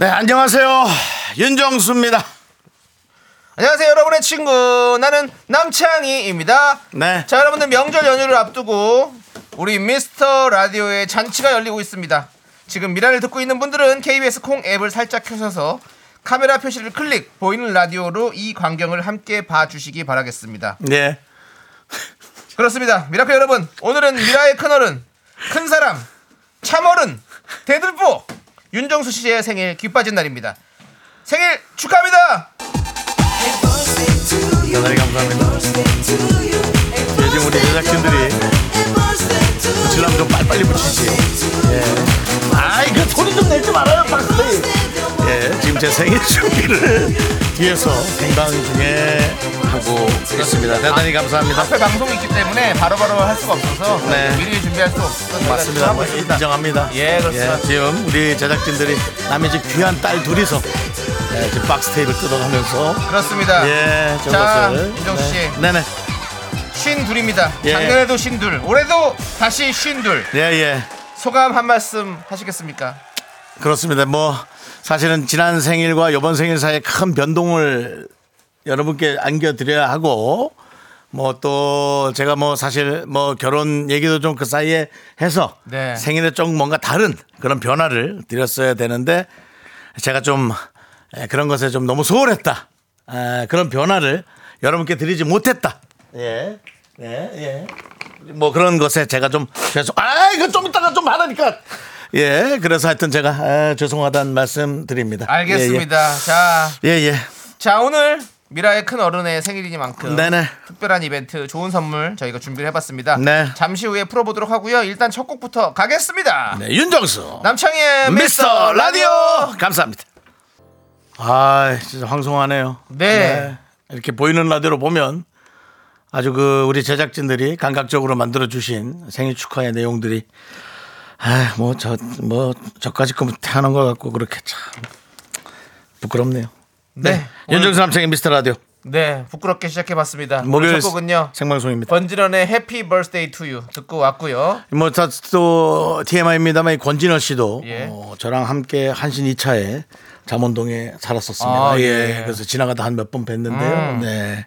네, 안녕하세요. 윤정수입니다. 안녕하세요 여러분의 친구 나는 남창희입니다 네. 자 여러분들 명절 연휴를 앞두고 우리 미스터 라디오의 잔치가 열리고 있습니다 지금 미라를 듣고 있는 분들은 KBS 콩 앱을 살짝 켜셔서 카메라 표시를 클릭 보이는 라디오로 이 광경을 함께 봐주시기 바라겠습니다 네. 그렇습니다 미라클 여러분 오늘은 미라의 큰어른 큰사람 참어른 대들보 윤정수 씨의 생일 귓빠진 날입니다 생일 축하합니다 대단히 감사합니다. 요즘 우리 제작진들이 지람 좀 빨리빨리 붙이지. 예. 아이, 그 소리 좀 내지 말아요, 박수. 예, 지금 제 생일 준비를 뒤에서 생방 중에 하고 있습니다. 대단히 네, 감사합니다. 앞에 방송이 있기 때문에 바로바로 할 수가 없어서 네. 미리 준비할 수 없어서 맞습니다. 하고 뭐 있습니다. 인정합니다. 예, 그렇습니다. 지금 우리 제작진들이 남의 집 귀한 딸 둘이서 예, 지금 박스 테이블 뜯어가면서 그렇습니다. 예, 자, 저것을 윤정수 씨. 네, 네. 쉰 둘입니다. 예. 작년에도 쉰 둘, 올해도 다시 쉰 둘. 네. 예, 예. 소감 한 말씀 하시겠습니까? 그렇습니다. 뭐 사실은 지난 생일과 이번 생일 사이에 큰 변동을 여러분께 안겨드려야 하고 뭐 또 제가 뭐 사실 뭐 결혼 얘기도 좀 그 사이에 해서 네. 생일에 좀 뭔가 다른 그런 변화를 드렸어야 되는데 제가 좀 에, 그런 것에 좀 너무 소홀했다. 에, 그런 변화를 여러분께 드리지 못했다. 예. 예, 예. 뭐 그런 것에 제가 좀 죄송. 아, 이거 좀 이따가 좀 하라니까. 예, 그래서 하여튼 제가 아, 죄송하다는 말씀 드립니다. 알겠습니다. 자, 예, 예. 예, 자 오늘 미라의 큰 어른의 생일이니만큼 네네. 특별한 이벤트, 좋은 선물 저희가 준비를 해봤습니다. 네. 잠시 후에 풀어보도록 하고요. 일단 첫 곡부터 가겠습니다. 네, 윤정수. 남창희의 미스터 라디오 감사합니다. 아, 진짜 황송하네요. 네. 이렇게 보이는 라디오로 보면 아주 그 우리 제작진들이 감각적으로 만들어 주신 생일 축하의 내용들이 아, 뭐 저 뭐 저까지 그 태어난 것 같고 그렇게 참 부끄럽네요. 네. 윤정수 남창의 미스터 라디오 네, 부끄럽게 시작해봤습니다. 오늘 목요일 첫 곡은요. 생방송입니다. 권진원의 해피 버스데이 투유 듣고 왔고요. 뭐, 뭐또 TMI입니다만 이 권진호 씨도 예. 어, 저랑 함께 한신 2차에 잠원동에 살았었습니다. 아, 예. 예. 음. 그래서 지나가다 한 몇 번 뵀는데요. 네.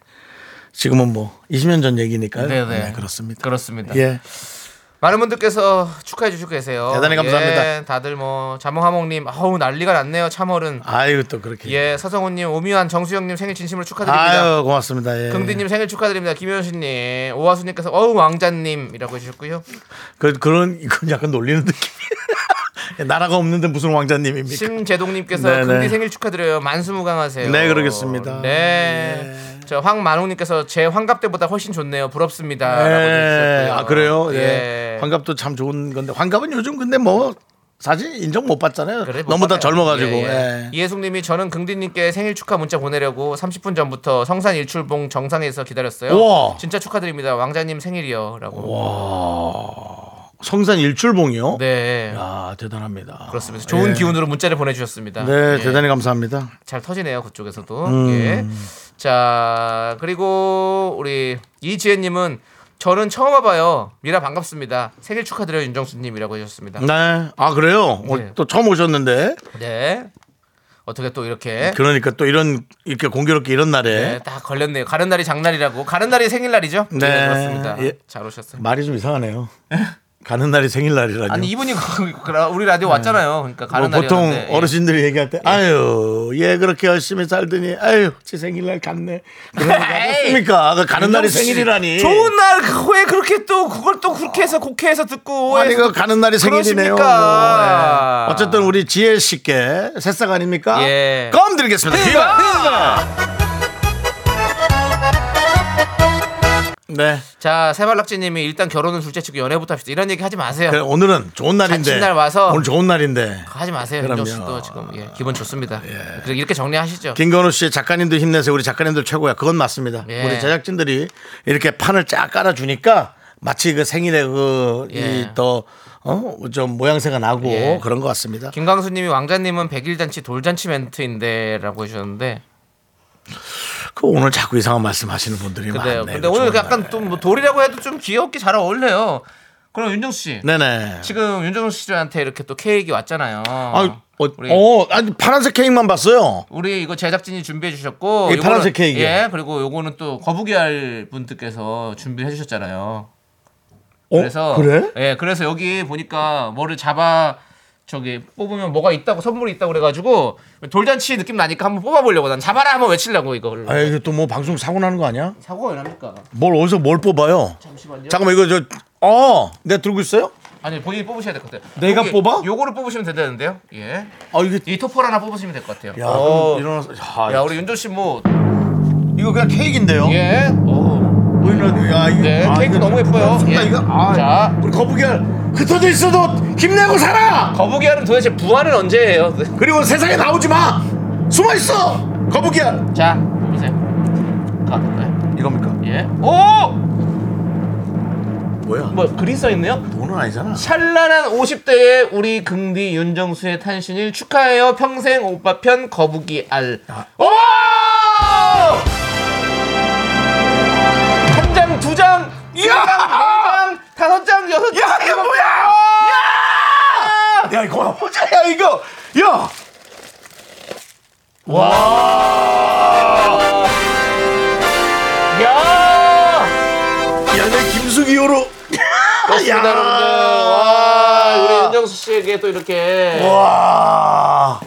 지금은 뭐 20년 전 얘기니까요. 네네. 네, 그렇습니다. 그렇습니다. 예. 많은 분들께서 축하해 주시고 계세요. 대단히 감사합니다. 예, 다들 뭐 자몽하몽님, 아우 난리가 났네요. 참얼은. 아이고 또 그렇게. 예, 서성훈님, 오미환, 정수영님 생일 진심으로 축하드립니다. 아유 고맙습니다. 예. 긍디님 생일 축하드립니다. 김현수님, 오하수님께서 어우 왕자님이라고 해주셨고요. 그 그런 이건 약간 놀리는 느낌. 이 나라가 없는데 무슨 왕자님입니까? 심재동님께서 예. 네네. 긍디 생일 축하드려요. 만수무강하세요. 네, 그러겠습니다. 예. 네. 저 황만웅님께서 제 환갑 때보다 훨씬 좋네요. 부럽습니다. 라고 예. 해주셨고요. 아 그래요. 예. 예. 환갑도 참 좋은 건데 환갑은 요즘 근데 뭐 사실 인정 못 받잖아요. 그래, 못 너무 다 받아요. 젊어가지고. 예, 예. 예. 이혜숙님이 저는 긍디님께 생일 축하 문자 보내려고 30분 전부터 성산 일출봉 정상에서 기다렸어요. 우와. 진짜 축하드립니다. 왕자님 생일이요라고. 성산 일출봉이요. 네. 아 대단합니다. 그렇습니다. 좋은 예. 기운으로 문자를 보내주셨습니다. 네, 예. 대단히 음. 감사합니다. 잘 터지네요 그쪽에서도. 예. 자 그리고 우리 이지혜님은 저는 처음 와봐요. 미라 반갑습니다. 생일 축하드려요 윤정수님이라고 해주셨습니다. 네. 아 그래요? 오늘 네. 또 처음 오셨는데 네. 어떻게 또 이렇게 그러니까 또 이런 이렇게 공교롭게 이런 네, 날에 딱 걸렸네요. 가는 날이 장날이라고. 가는 날이 생일날이죠? 네. 그렇습니다. 예. 잘 오셨어요. 말이 좀 이상하네요. 가는 날이 생일날이라니. 아니 이분이 그- 우리 라디오 왔잖아요. 그러니까 가는 예. 날이 뭐 보통 어르신들이 얘기할 때 아유 얘 그렇게 열심히 살더니 아유 제 생일날 갔네 그런 얘기하겠습니까 그 가는 날이 생일이라니 좋은 날왜 그렇게 또 그걸 또 그렇게 해서 국회에서 듣고 아니 해서 그 가는 날이 생일이네요 그러십니까? 뭐. 예. 어쨌든 우리 지혜 씨께 새싹 아닙니까 예. 껌 드리겠습니다 비바! 비바! 네. 자, 세발락지님이 일단 결혼은 둘째 치고 연애부터 합시다. 이런 얘기 하지 마세요. 그래, 오늘은 좋은 날인데. 자칫 날 와서. 오늘 좋은 날인데. 하지 마세요. 그럼요. 윤정 씨도 지금 예, 기분 좋습니다. 그래 이렇게 정리하시죠. 김건우 씨 작가님들 힘내세요. 우리 작가님들 최고야. 그건 맞습니다. 예. 우리 제작진들이 이렇게 판을 쫙 깔아주니까 마치 그 생일에 그, 예. 이 더, 어, 좀 모양새가 나고 예. 그런 것 같습니다. 김광수님이 왕자님은 백일 잔치 돌잔치 멘트인데라고 해주셨는데, 그 오늘 자꾸 이상한 말씀 하시는 분들이 근데 많네. 근데 오늘 그러니까 약간 좀뭐 돌이라고 해도 좀 귀엽게 잘 어울려요. 그럼 윤정수 씨, 네네. 지금 윤정수 씨한테 이렇게 또 케이크 왔잖아요. 아, 어, 우리 어, 아니 파란색 케이크만 봤어요. 우리 이거 제작진이 준비해 주셨고 이 요거는- 파란색 케이크요? 예 그리고 요거는 또 거북이알 분들께서 준비해 주셨잖아요 어, 그래서 그래? 예 그래서 여기 보니까 뭐를 잡아 저기 뽑으면 뭐가 있다고 선물이 있다고 그래가지고 돌잔치 느낌 나니까 한번 뽑아보려고 난 잡아라 한번 외치려고 이걸 아, 이거 또 뭐 방송 사고 나는 거 아니야? 사고가 왜 납니까 뭘 어디서 뭘 뽑아요? 잠시만요 잠깐만 이거 저 어, 내가 들고 있어요? 아니 본인이 뽑으셔야 될 것 같아요 내가 여기 뽑아? 요거를 뽑으시면 된다는데요 예이 아, 이게 토퍼를 하나 뽑으시면 될 것 같아요 야, 어. 그럼 일어나서 야, 야 우리 윤조 씨뭐 이거 그냥 케이크인데요. 예. 어. 보이는 야, 이거 네, 아, 케이크 이거 너무 예뻐요. 좋다, 예. 이거 아, 자. 우리 거북이알 흩어져 있어도 힘내고 살아. 거북이알은 도대체 부활은 언제 해요? 그리고 세상에 나오지 마. 숨어 있어. 거북이알. 자, 보세요. 가 볼까요? 이겁니까? 예. 오! 뭐야? 뭐 글이 써 있네요. 돈은 아니잖아. 찬란한 50대의 우리 긍디 윤정수의 탄신일 축하해요. 평생 오빠 편 거북이 알. 오! 한 장, 두 장, 세 장, 네 장, 다섯 장, 여섯 장. 야, 이게 뭐야? 야, 이거 보자. 야, 이거. 야. 야! 야, 내 김숙이 요로. 그렇습니다, 여러분들. 와, 우리 윤정수 씨에게 또 이렇게 와.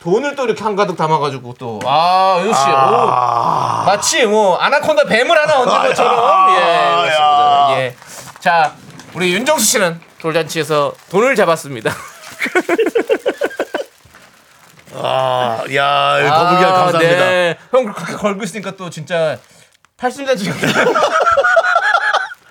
돈을 또 이렇게 한가득 담아가지고 또. 아, 윤수 씨. 오. 아. 마치 뭐 아나콘다 뱀을 하나 얹은 것처럼 예, 야. 그렇습니다. 예. 자 우리 윤정수 씨는 돌잔치에서 돈을 잡았습니다. 네, 아, 야, 이 거북이알 감사합니다. 네. 형 그렇게 걸고 있으니까 또 진짜 팔순잔치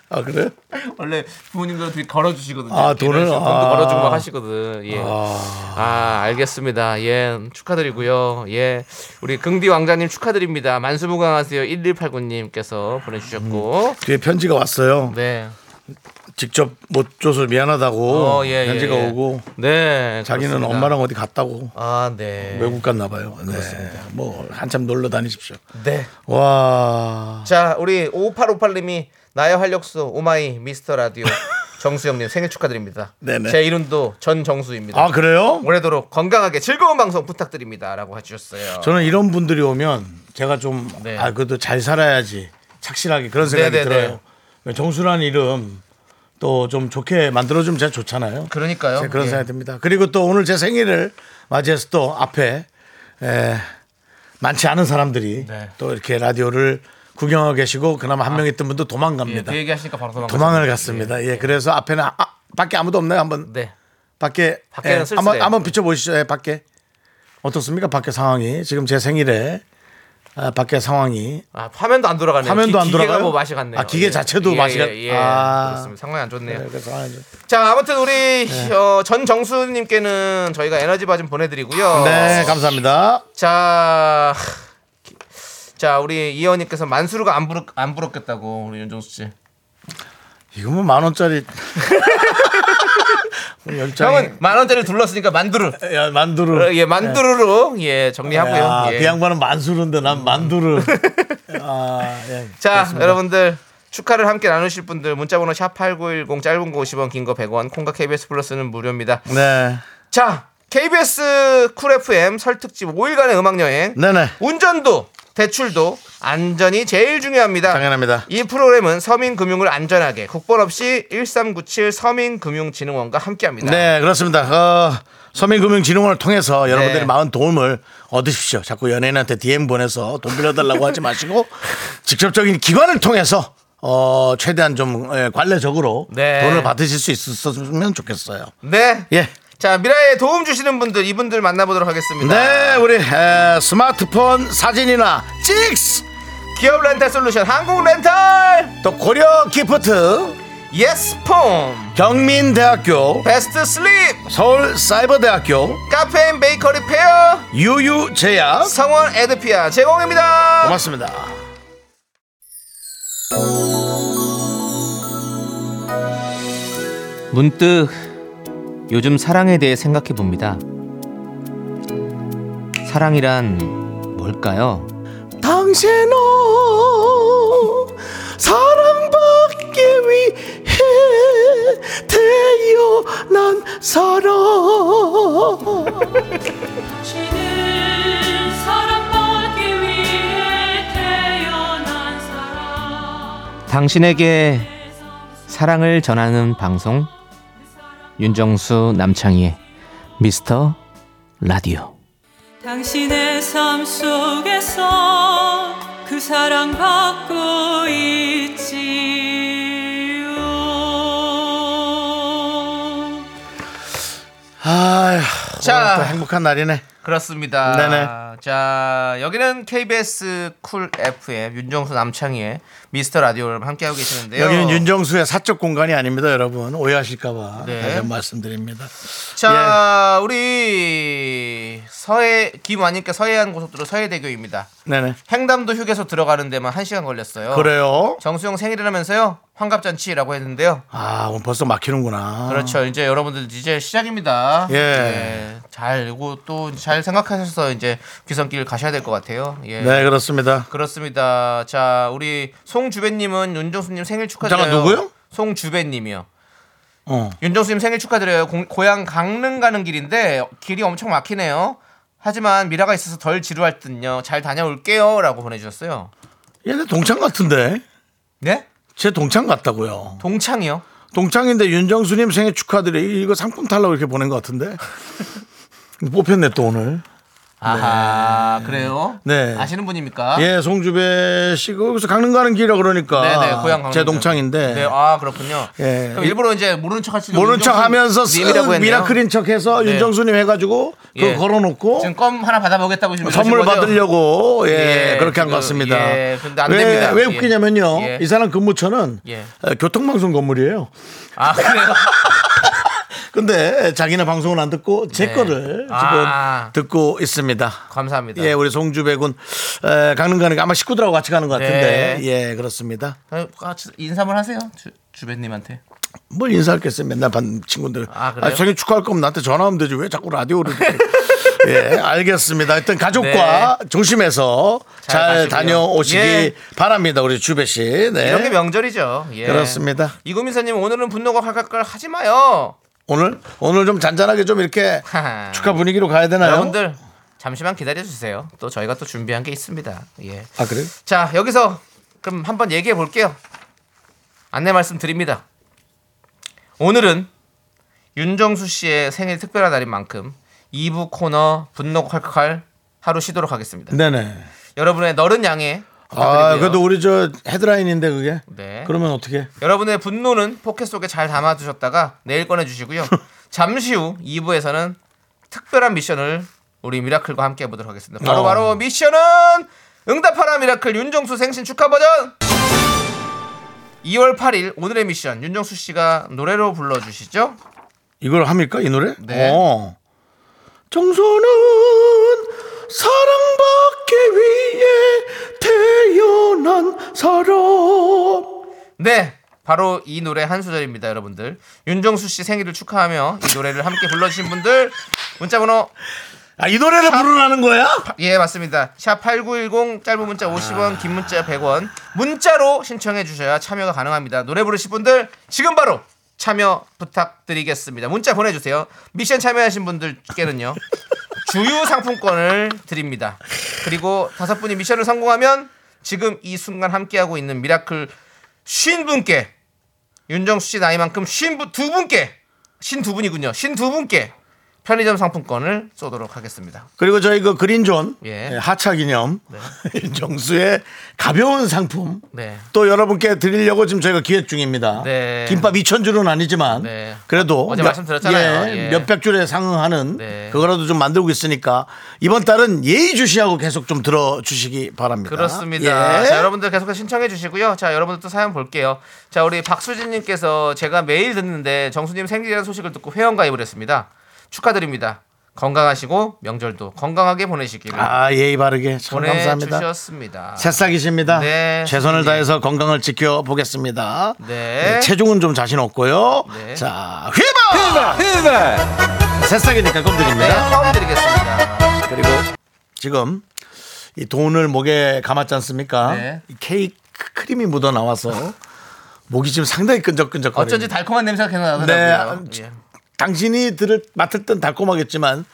아, 그래? 원래 부모님들 되게 걸어주시거든요. 아, 이렇게 이런 돈을? 식으로 아. 돈도 걸어주고 막 하시거든. 예. 아 알겠습니다. 예 축하드리고요. 예 우리 긍디 왕자님 축하드립니다. 만수무강하세요 1189님께서 보내주셨고 뒤에 편지가 왔어요. 네. 직접 못 줘서 미안하다고 어, 예, 예, 편지가 예. 오고 네. 자기는 그렇습니다. 엄마랑 어디 갔다고 아, 네. 외국 갔나 봐요. 네. 그렇습니다. 뭐 한참 놀러 다니십시오. 네. 와. 자, 우리 5858님이 나의 활력소 오마이 미스터 라디오 정수영님 생일 축하드립니다. 네네. 제 이름도 전정수입니다. 아, 그래요? 올해도록 건강하게 즐거운 방송 부탁드립니다라고 해주셨어요. 저는 이런 분들이 오면 제가 좀 네. 아, 그래도 잘 살아야지 착실하게 그런 생각이 네, 네, 들어요. 정수란 이름 또 좀 좋게 만들어 주면 제가 좋잖아요. 그러니까요. 제가 그런 예. 생각이 듭니다. 그리고 또 오늘 제 생일을 맞이해서 또 앞에 에, 많지 않은 사람들이 네. 아. 또 이렇게 라디오를 구경하고 계시고 그나마 한 명 있던 분도 예, 도망갑니다. 그 얘기하시니까 바로 도망 도망을 갔습니다. 예, 그래서 앞에는 아, 아, 밖에 아무도 없나요? 한번 네. 밖에 밖에는 예, 쓸쓸해요. 네. 한번 한번 비춰 보시죠. 예, 밖에 어떻습니까? 밖에 상황이 지금 제 생일에 아, 밖에 상황이 아, 화면도 안 돌아가네요. 화면도 안 기계가 돌아가요? 뭐 맛이 갔네요. 아, 기계 자체도 예, 맛이 예, 갔- 예. 아. 그렇습니다. 상황이 안 좋네요. 네, 그래서 아, 이제 자, 아무튼 우리 네. 어, 전정수님께는 저희가 에너지 바좀 보내드리고요. 네 감사합니다. 자, 자 우리 이현님께서 만수르가 안 부럽 안 부럽겠다고 우리 윤정수 씨. 이거 뭐 만 원짜리 형은 열장은 만 원짜리 둘렀으니까 만두르. 야 만두를 예, 만두르로 예 야, 정리하고요. 예. 그 양반은 만수르인데 난 만두를 아, 예. 자, 여러분들. 축하를 함께 나누실 분들 문자번호 샵8910 짧은 거 50원 긴 거 100원 콩과 KBS 플러스는 무료입니다 네 자 KBS 쿨 FM 설 특집 5일간의 음악여행 네네 운전도 대출도 안전이 제일 중요합니다 당연합니다. 이 프로그램은 서민금융을 안전하게 국번 없이 1397 서민금융진흥원과 함께합니다. 네, 그렇습니다. 어, 서민금융진흥원을 통해서 여러분들이 네. 많은 도움을 얻으십시오. 자꾸 연예인한테 DM 보내서 돈 빌려달라고 하지 마시고 직접적인 기관을 통해서 어, 최대한 좀 예, 관례적으로 네. 돈을 받으실 수 있었으면 좋겠어요. 네. 예. 자 미라에 도움 주시는 분들 이분들 만나보도록 하겠습니다. 네, 우리 에, 스마트폰 사진이나 찍스 기업 렌탈 솔루션 한국 렌탈 또 고려 기프트, 예스폼 경민대학교, 베스트 슬립 서울사이버대학교, 카페인 베이커리 페어 유유제약. 성원 에드피아 제공입니다 어? 고맙습니다. 문득 요즘 사랑에 대해 생각해 봅니다. 사랑이란 뭘까요? 당신은 사랑받기 위해 태어난 사람. 당신은 사랑받기 위해 태어난 사람 당신에게 사랑을 전하는 방송 윤정수 남창희의 미스터 라디오 당신의 삶 속에서 그 사랑 받고 있지요 아휴, 자. 자, 또 행복한 날이네. 그렇습니다. 네네. 자, 여기는 KBS 쿨 FM 윤정수 남창희의 미스터 라디오를 함께하고 계시는데요. 여기는 윤정수의 사적 공간이 아닙니다, 여러분. 오해하실까봐 네. 다시 한 말씀드립니다. 자, 예. 우리 서해 김완님께 서해안 고속도로 서해대교입니다. 네네. 행담도 휴게소 들어가는 데만 1시간 걸렸어요. 그래요? 정수영 생일이라면서요. 환갑잔치라고 했는데요. 아, 오늘 벌써 막히는구나. 그렇죠. 이제 여러분들 이제 아. 시작입니다. 예. 잘 이거 또 잘 생각하셔서 이제 귀성길 가셔야 될 것 같아요. 예. 네, 그렇습니다. 그렇습니다. 자, 우리 송주배님은 윤정수님 생일 축하드려요. 잠깐, 누구요? 송주배님이요. 어. 윤정수님 생일 축하드려요. 공- 고향 강릉 가는 길인데 길이 엄청 막히네요. 하지만 미라가 있어서 덜 지루할 듯요. 잘 다녀올게요라고 보내주셨어요. 얘네 동창 같은데? 네? 제 동창 같다고요. 동창이요? 동창인데 윤정수님 생일 축하드려요. 이거 상품 탈라고 이렇게 보낸 것 같은데? 뽑혔네, 또 오늘. 아하 그래요? 네. 아시는 분입니까? 예, 송주배 씨, 거기서 강릉 가는 길이라 그러니까. 네네 고향 강릉. 제 동창인데. 네, 아 그렇군요. 예. 그럼 일부러 이제 모르는 척 하시는 모른 척 하면서 님이라고 쓱 했네요. 미라클인 척 해서 네. 윤정수님 해가지고 그거 예. 걸어놓고 지금 껌 하나 받아보겠다고 지금 선물 이러신 거죠? 받으려고 예, 네. 예, 그렇게 한 것 지금, 같습니다. 예, 근데 안 왜, 됩니다. 왜 예. 웃기냐면요. 예. 이 사람 근무처는 예. 어, 교통방송 건물이에요. 아 그래요? 근데 자기는 방송을 안 듣고 제 네. 거를 지금 아. 듣고 있습니다. 감사합니다. 예, 우리 송주배군 에, 강릉 가는 거 아마 식구들하고 같이 가는 네. 것 같은데 예, 그렇습니다. 아, 같이 인사 한번 하세요 주, 주배님한테 뭘 인사할겠어요. 맨날 반 친구들. 아, 그래요? 생일 축하할 거면 나한테 전화하면 되지. 왜 자꾸 라디오를. 듣고. 예, 알겠습니다. 일단 가족과 조심해서 네. 잘 잘, 가시고요. 다녀오시기 예. 바랍니다. 우리 주배 씨. 네. 이런 게 명절이죠 예. 그렇습니다. 이구민사님 오늘은 분노가 칼칼칼 하지 마요 오늘 오늘 좀 잔잔하게 좀 이렇게 하하. 축하 분위기로 가야 되나요? 여러분들 잠시만 기다려주세요 또 저희가 또 준비한 게 있습니다 예. 아 그래요? 자 여기서 그럼 한번 얘기해 볼게요 안내 말씀드립니다 오늘은 윤정수 씨의 생일 특별한 날인 만큼 2부 코너 분노 칼칼 하루 쉬도록 하겠습니다 네네. 여러분의 너른 양해 아 부탁드리고요. 그래도 우리 저 헤드라인인데 그게. 네. 그러면 어떻게? 여러분의 분노는 포켓 속에 잘 담아두셨다가 내일 꺼내주시고요. 잠시 후 2부에서는 특별한 미션을 우리 미라클과 함께 해보도록 하겠습니다. 바로 어. 바로 미션은 응답하라 미라클 윤정수 생신 축하 버전 2월 8일 오늘의 미션 윤정수 씨가 노래로 불러주시죠. 이걸 합니까 이 노래? 네. 어. 정서는 사랑받기 위해 태어난 사람. 네, 바로 이 노래 한 소절입니다, 여러분들. 윤정수 씨 생일을 축하하며 이 노래를 함께 불러주신 분들 문자번호 아이 노래를 부르라는 거야? 예 맞습니다 샵8910 짧은 문자 50원 긴 문자 100원 문자로 신청해 주셔야 참여가 가능합니다 노래 부르실 분들 지금 바로 참여 부탁드리겠습니다 문자 보내주세요 미션 참여하신 분들께는요 주유 상품권을 드립니다 그리고 다섯 분이 미션을 성공하면 지금 이 순간 함께하고 있는 미라클 쉰 분께 윤정수 씨 나이만큼 쉰두 분께 쉰 두 분이군요 쉰 두 분께 편의점 상품권을 쏘도록 하겠습니다. 그리고 저희 그 그린존 예. 예, 하차 기념 정수의 가벼운 상품 네. 또 여러분께 드리려고 지금 저희가 기획 중입니다. 네. 김밥 2천 줄은 아니지만 네. 그래도 어제 말씀드렸잖아요. 예. 몇백 줄에 상응하는 네. 그거라도 좀 만들고 있으니까 이번 달은 예의주시하고 계속 좀 들어주시기 바랍니다. 그렇습니다. 예. 자, 여러분들 계속해서 신청해 주시고요. 자, 여러분들 또 사연 볼게요. 자, 우리 박수진 님께서 제가 매일 듣는데 정수님 생일이라는 소식을 듣고 회원 가입을 했습니다. 축하드립니다. 건강하시고 명절도 건강하게 보내시기를 아 예의 바르게 참 감사합니다. 보내주셨습니다. 새싹이십니다. 네, 최선을 선생님. 다해서 건강을 지켜보겠습니다. 예, 네. 체중은 좀 자신 없고요. 네. 자, 휘바! 새싹이니까 껌 네, 드립니다. 처음 드리겠습니다. 그리고 지금 이 돈을 목에 감았지 않습니까? 네. 이 케이크 크림이 묻어 나와서 목이 지금 상당히 끈적끈적거려요. 어쩐지 달콤한 냄새가 계속 나더라고요. 네, 예. 당신이 들을 맡을 땐 달콤하겠지만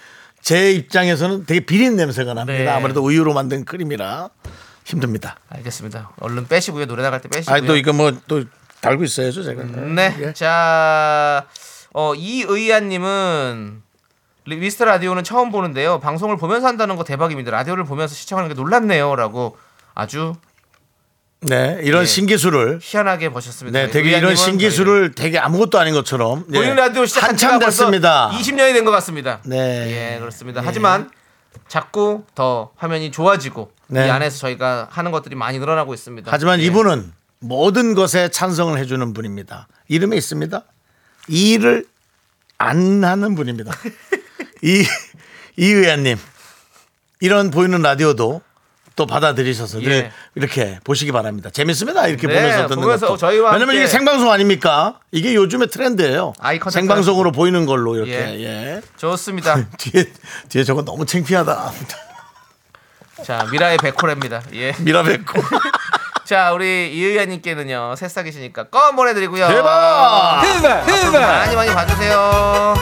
제 입장에서는 되게 비린 냄새가 납니다. 네. 아무래도 우유로 만든 크림이라 힘듭니다. 알겠습니다. 얼른 빼시고요. 노래 나갈 때 빼시고요. 아또 이거 뭐 또 달고 있어야죠 제가. 네. 예. 자, 어, 이의아님은 미스터 라디오는 처음 보는데요. 방송을 보면서 한다는 거 대박입니다. 라디오를 보면서 시청하는 게 놀랍네요.라고 아주 네, 이런 예. 신기술을 희한하게 보셨습니다. 네, 되게 의아님은 이런 신기술을 되게 아무것도 아닌 것처럼 예, 저희 보이는 라디오 시작한 지가 한참 벌써 됐습니다. 20년이 된 것 같습니다. 네. 예, 그렇습니다. 하지만 자꾸 더 화면이 좋아지고 네. 이 안에서 저희가 하는 것들이 많이 늘어나고 있습니다. 하지만 예. 이분은 모든 것에 찬성을 해주는 분입니다. 이름에 있습니다. 일을 안 하는 분입니다. 이 이의원님 이런 보이는 라디오도 또 받아들이셔서 늘 예. 이렇게 보시기 바랍니다. 재밌습니다. 이렇게 네, 보면서 듣는 보면서 것도. 저희와 왜냐면 함께 이게 생방송 아닙니까? 이게 요즘의 트렌드예요. 아이 컨택트 생방송으로 보이는 걸로 이렇게. 예. 예. 좋습니다. 뒤에 뒤에 저거 너무 창피하다. 자, 미라의 백호랍니다. 예. 미라베코. 자 우리 이의아님께는요 새싹이시니까 껌 보내드리고요 아, 대박! 많이 많이 봐주세요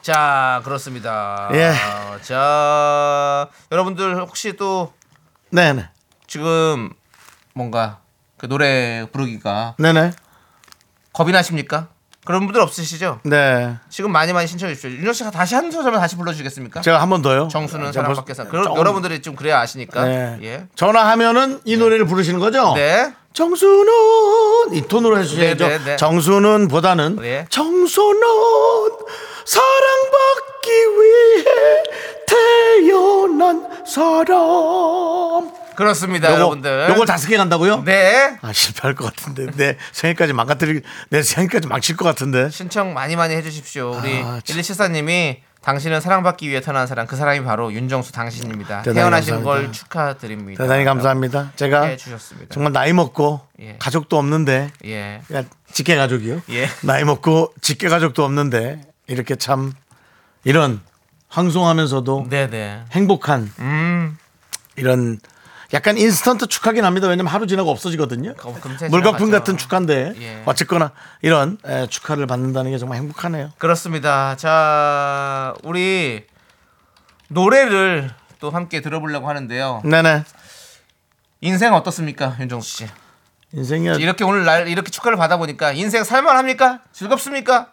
자 그렇습니다 예. 어, 자 여러분들 혹시 또 네, 네. 지금 뭔가 그 노래 부르기가 네, 네. 겁이 나십니까? 그런 분들 없으시죠? 네. 지금 많이 많이 신청해 주십시오 윤정 씨가 다시 한 소절만 다시 불러주시겠습니까? 제가 한 번 더요. 정수는 제가 사랑밖에 벌써- 사 그런 정- 여러분들이 좀 그래야 아시니까 네. 예. 전화하면은 이 노래를 부르시는 거죠? 네. 정수는 이 톤으로 해주셔야죠. 네, 네, 네. 정수는 보다는 네. 정수는 사랑받기 위해 태어난 사람. 그렇습니다 여러분들 요거 다섯 개 간다고요? 네 아 실패할 것 같은데 내 생일까지 망가뜨리 내 생일까지 망칠 것 같은데. 신청 많이 많이 해주십시오. 우리 아, 참. 1274님이 당신은 사랑받기 위해 태어난 사람 그 사람이 바로 윤정수 당신입니다. 대단히 태어나신 감사합니다. 걸 축하드립니다. 대단히 감사합니다. 제가 예, 해주셨습니다. 정말 나이 먹고 예. 가족도 없는데 예. 그냥 직계 가족이요. 예. 나이 먹고 직계 가족도 없는데 이렇게 참 이런 황송하면서도 네네. 음, 행복한 이런 약간 인스턴트 축하긴 합니다. 왜냐면 하루 지나고 없어지거든요. 그거 금세 물거품 지나가죠. 같은 축하인데 예. 어쨌거나 이런 에, 축하를 받는다는 게 정말 행복하네요. 그렇습니다. 자, 우리 노래를 또 함께 들어보려고 하는데요. 네네 인생 어떻습니까, 윤정수 씨? 인생이 이렇게 오늘 날 이렇게 축하를 받아보니까 인생 살만합니까? 즐겁습니까?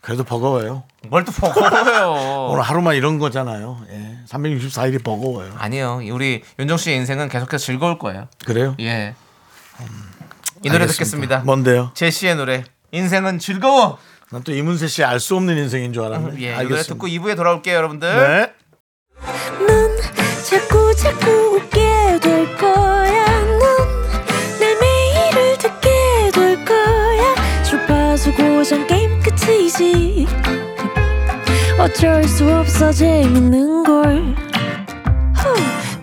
그래도 버거워요. 뭘 또 버거워요. 오늘 하루만 이런 거잖아요. 예. 364일이 버거워요. 아니요, 우리 윤정 씨의 인생은 계속해서 즐거울 거예요. 그래요? 예. 이 노래 듣겠습니다. 뭔데요? 제시의 노래. 인생은 즐거워. 난 또 이문세 씨 알 수 없는 인생인 줄 음, 알았네. 예, 이 노래 알겠습니다. 듣고 2부에 돌아올게요, 여러분들. 네. 넌 자꾸 자꾸 웃게 될 거야. 넌내 매일을 듣게 될 거야. 주파수 고정 게임 끝이지. 어쩔 수 없어 재밌는 걸. 후.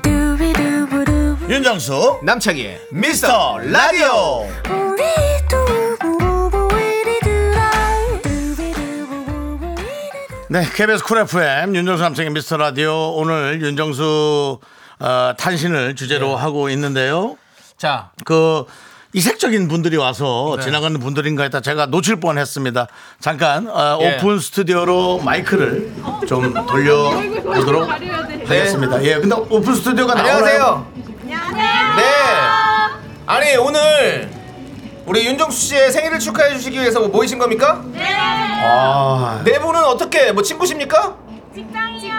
두비두부두. 윤정수 남창희의 미스터 라디오 우리 두부부부 우리 두라. 두비두부부부 우리 두라. 네 KBS 쿨 FM 윤정수 남창의 미스터 라디오 오늘 윤정수 어, 탄신을 주제로 네. 하고 있는데요 자, 그 이색적인 분들이 와서 네. 지나가는 분들인가 했다 제가 놓칠 뻔했습니다 잠깐 어, 예. 오픈 스튜디오로 마이크를 좀 돌려보도록 네. 하겠습니다 예 근데 오픈 스튜디오가 안녕하세요. 나오나요? 안녕하세요. 네. 아니, 오늘 우리 윤종수 씨의 생일을 축하해 주시기 위해서 뭐 모이신 겁니까? 네. 아, 네 분은 어떻게 뭐 친구십니까? 동료요.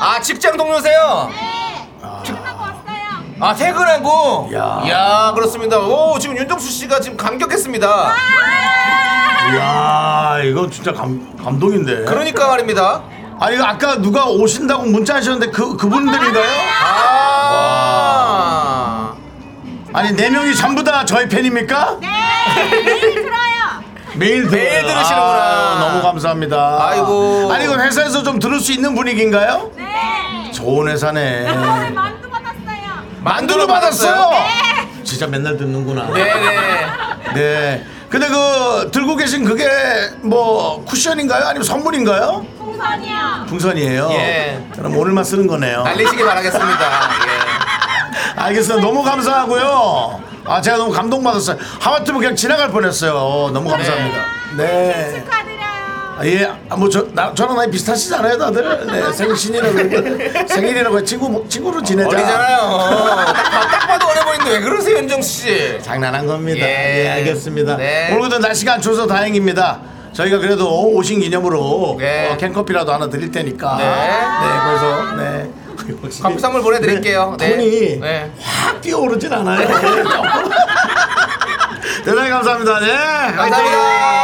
아 직장 동료세요? 네. 끝나고 왔어요. 아 퇴근하고. 야. 이야, 그렇습니다. 오 지금 윤종수 씨가 지금 감격했습니다. 이야, 이건 진짜 감, 감동인데. 그러니까 말입니다. 아, 이거 아까 누가 오신다고 문자 하셨는데 그, 그분들인가요? 아. 아니, 네 명이 전부 다 저희 팬입니까? 네. 매일 들어요. 매일, 들어요. 매일 들으시는구나. 아, 너무 감사합니다. 아이고. 아니, 이건 회사에서 좀 들을 수 있는 분위기인가요? 네. 좋은 저번에 회사네. 만두 받았어요. 만두를 받았어요? 네. 진짜 맨날 듣는구나. 네네. 네. 근데 그 들고 계신 그게 뭐 쿠션인가요? 아니면 선물인가요? 풍선이요. 풍선이에요. 예. 그럼 오늘만 쓰는 거네요. 날리시기 바라겠습니다. 예. 알겠어요. 너무 감사하고요. 아 제가 너무 감동받았어요. 하마터면 그냥 지나갈 뻔했어요. 너무 감사합니다. 네. 축하드려요. 아, 예, 아, 뭐, 저, 나, 저랑 나이 비슷하시잖아요, 다들. 네, 생신이라고. 그러고, 생일이라고 해서 친구, 친구로 예. 지내자. 어리잖아요. 딱, 봐- 딱 봐도 어려 보이는데 왜 그러세요, 윤종 씨? 장난한 겁니다. 예. 예, 알겠습니다. 네. 오늘 그래도 날씨가 안 추워서 다행입니다. 저희가 그래도 오신 기념으로 네. 어, 캔커피라도 하나 드릴 테니까. 네. 네, 그래서 네. 커피 선물 보내드릴게요. 네, 네. 톤이 네. 확 뛰어오르진 않아요. 대단히 감사합니다. 네. 감사합니다.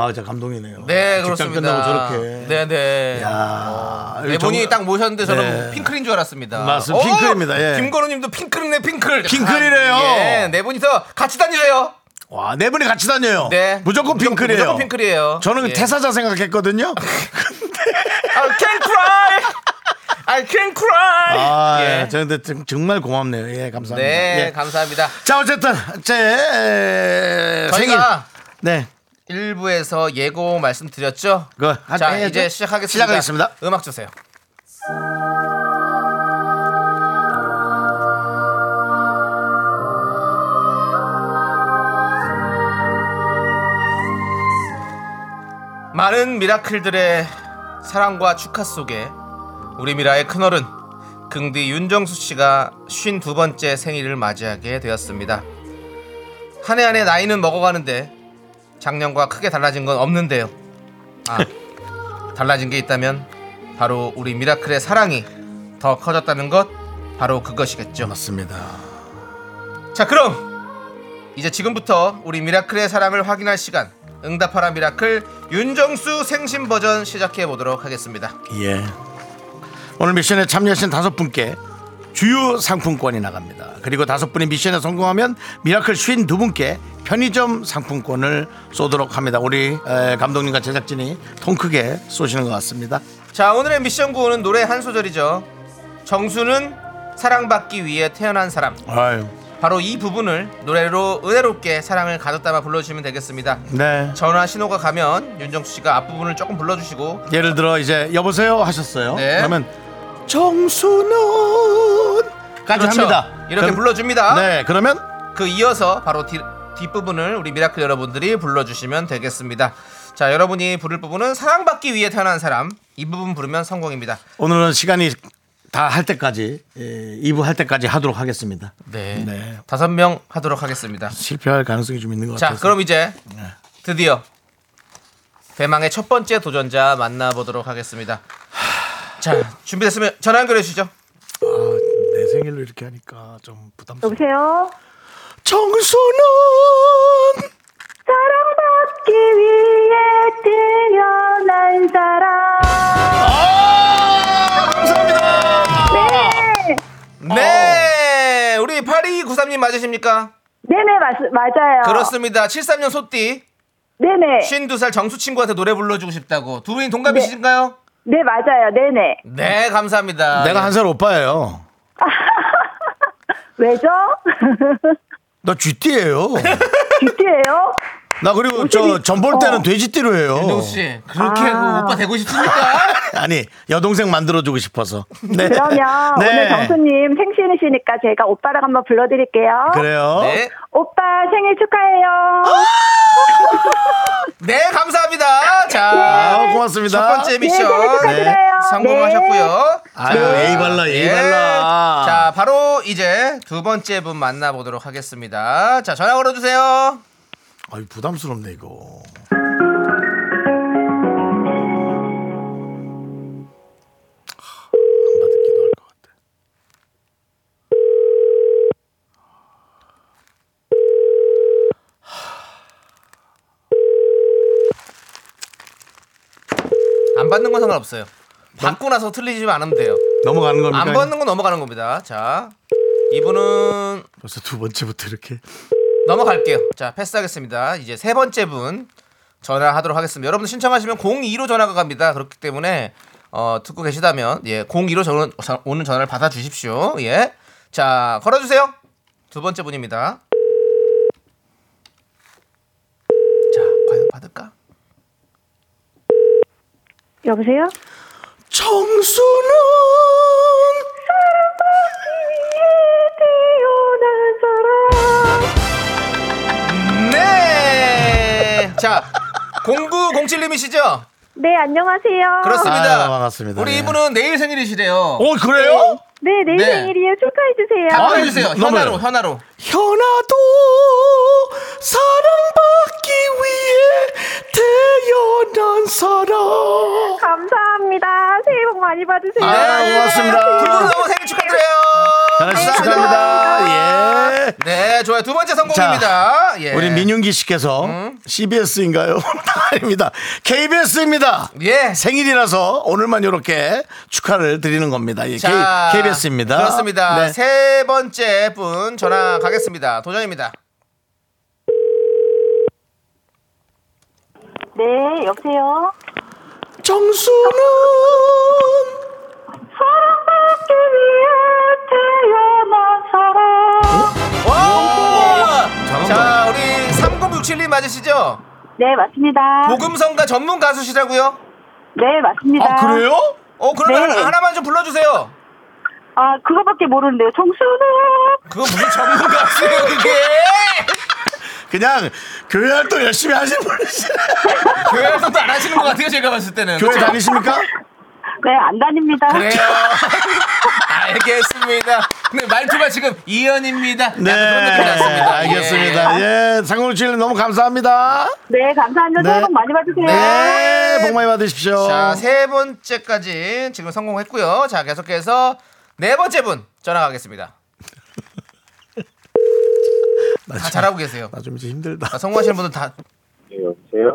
아, 진짜 감동이네요. 네, 직장 그렇습니다. 끝나고 저렇게. 네, 네. 야, 네 분이 정- 딱 모셨는데 저는 네. 핑클인 줄 알았습니다. 어, 맞습니다. 핑클입니다, 예. 김건우님도 핑클이네 핑클. 핑클이래요. 아, 예, 네 분이서 같이 다니래요. 와, 네 분이 같이 다녀요. 네. 무조건 핑클이에요. 무조건 핑클이에요. 저는 예. 태사자 생각했거든요. I can cry. I can cry. 아, 예. 예. 저 근데 정- 정말 고맙네요. 예, 감사합니다. 네, 예. 감사합니다. 자, 어쨌든 제 에, 생일. 저희가 네. 일부에서 예고 말씀드렸죠. 그거 한- 자 해야죠? 이제 시작하겠습니다. 시작하겠습니다. 음악 주세요. 많은 미라클들의 사랑과 축하 속에 우리 미라의 큰어른 긍디 윤정수 씨가 52번째 생일을 맞이하게 되었습니다. 한 해 한 해 나이는 먹어가는데 작년과 크게 달라진 건 없는데요. 아, 달라진 게 있다면 바로 우리 미라클의 사랑이 더 커졌다는 것 바로 그것이겠죠. 맞습니다. 자, 그럼 이제 지금부터 우리 미라클의 사랑을 확인할 시간 응답하라 미라클 윤정수 생신 버전 시작해 보도록 하겠습니다. 예. 오늘 미션에 참여하신 다섯 분께 주요 상품권이 나갑니다. 그리고 다섯 분이 미션에 성공하면 미라클 쉰 두 분께 편의점 상품권을 쏘도록 합니다. 우리 에, 감독님과 제작진이 통 크게 쏘시는 것 같습니다. 자, 오늘의 미션 구호는 노래 한 소절이죠. 정수는 사랑받기 위해 태어난 사람. 아유. 바로 이 부분을 노래로 은혜롭게 사랑을 가득 담아 불러주시면 되겠습니다. 네. 전화 신호가 가면 윤정수 씨가 앞부분을 조금 불러주시고 예를 들어 이제 여보세요 하셨어요. 네. 그러면 정수는까지 그렇죠. 합니다. 이렇게 그럼- 불러줍니다. 네, 그러면 그 이어서 바로 뒤, 뒷부분을 우리 미라클 여러분들이 불러주시면 되겠습니다. 자, 여러분이 부를 부분은 사랑받기 위해 태어난 사람 이 부분 부르면 성공입니다. 오늘은 시간이 다 할 때까지 2부 할 때까지 하도록 하겠습니다. 네, 네. 다섯 명 하도록 하겠습니다. 실패할 가능성이 좀 있는 것 자, 같아요. 그럼 이제 네. 드디어 대망의 첫 번째 도전자 만나보도록 하겠습니다. 자, 준비됐으면 전화 연결해 주시죠. 아, 내 생일로 이렇게 하니까 좀 부담스러워. 여보세요? 정수는 사랑받기 위해 태어난 사람 네, 어. 우리 8293님 맞으십니까? 네네 맞, 맞아요 그렇습니다. 73년 소띠 네네 52살 정수 친구한테 노래 불러주고 싶다고. 두 분이 동갑이신가요? 네 맞아요 네네 네, 감사합니다. 내가 한 살 오빠예요. 왜죠? 나 쥐띠예요. 뷰티예요? 나 그리고 저 전볼 어. 때는 돼지띠로 해요. 윤정수 씨, 그렇게 아. 뭐 오빠 되고 싶습니까? 아니 여동생 만들어주고 싶어서. 네. 그러면 네. 오늘 정수님 생신이시니까 제가 오빠랑 한번 불러드릴게요 그래요. 네. 오빠 생일 축하해요 네, 감사합니다. 자, 아, 고맙습니다. 네. 첫 번째 네, 미션. 네, 생일 축하드려요 성공하셨고요. 아유, 에이 발라, 에이 예. 발라. 자, 바로 이제 두 번째 분 만나보도록 하겠습니다. 자, 전화 걸어주세요. 아유, 부담스럽네, 이거. 하, 안 받기도 할 것 같아. 안 받는 건 상관없어요. 받고 나서 틀리지 않으면 돼요. 넘어가는 겁니까? 안 받는 건 넘어가는 겁니다. 자, 이분은 벌써 두 번째부터 이렇게. 넘어갈게요. 자, 패스하겠습니다. 이제 세 번째 분 전화하도록 하겠습니다. 여러분 신청하시면 02로 전화가 갑니다. 그렇기 때문에 어, 듣고 계시다면 예, 02로 전, 전- 오는 전화를 받아 주십시오. 예. 자, 걸어 주세요. 두 번째 분입니다. 자, 과연 받을까? 여보세요? 청순은 네. 자, 0907님이시죠? 네, 안녕하세요. 그렇습니다. 아유, 반갑습니다. 우리 네. 이분은 내일 생일이시래요. 오, 그래요? 네, 내일 네. 생일이에요. 축하해주세요. 아, 해 주세요. 넘어요. 현아로, 현아로. 현아도 사랑받기 위해 태어난 사람. 감사합니다. 새해 복 많이 받으세요. 아, 네. 고맙습니다. 두분 너무 생일 축하드려요. 하나씩 축하합니다. 예. 네, 좋아요. 두 번째 성공입니다. 예. 우리 민윤기 씨께서 CBS인가요? 아닙니다. KBS입니다. 예. 생일이라서 오늘만 이렇게 축하를 드리는 겁니다. 예, 자, K, b s 입니다 네. 그렇습니다. 네. 세 번째 분 전화 가겠습니다. 도전입니다. 네, 여보세요? 정수는 사랑받기 위해 태어난 사람. 오! 자, 우리 3967님 맞으시죠? 네, 맞습니다. 보금성가 전문 가수시라고요? 네, 맞습니다. 아 그래요? 어, 그러면 네. 하나- 하나만 좀 불러주세요. 아, 그거밖에 모르는데요. 청순은 그거 무슨 전문 가수예요, 그게? 그냥 교회 활동 열심히 하시는 분이시네. 교회 활동도 안 하시는 것 같아요, 제가 봤을 때는. 교회 다니십니까? 네, 안 다닙니다. 그래요. 알겠습니다. 근데 말투가 지금 이연입니다. 네, 알겠습니다. 예, 상공칠님 너무 감사합니다. 네, 감사합니다. 네. 새해 복 많이 받으세요. 네, 복 많이 받으십시오. 자, 세 번째까지 지금 성공했고요. 자, 계속해서 네 번째 분 전화 가겠습니다. 나 다 참- 잘하고 계세요. 나 좀 이제 힘들다. 자, 성공하시는 분들 다 여보세요?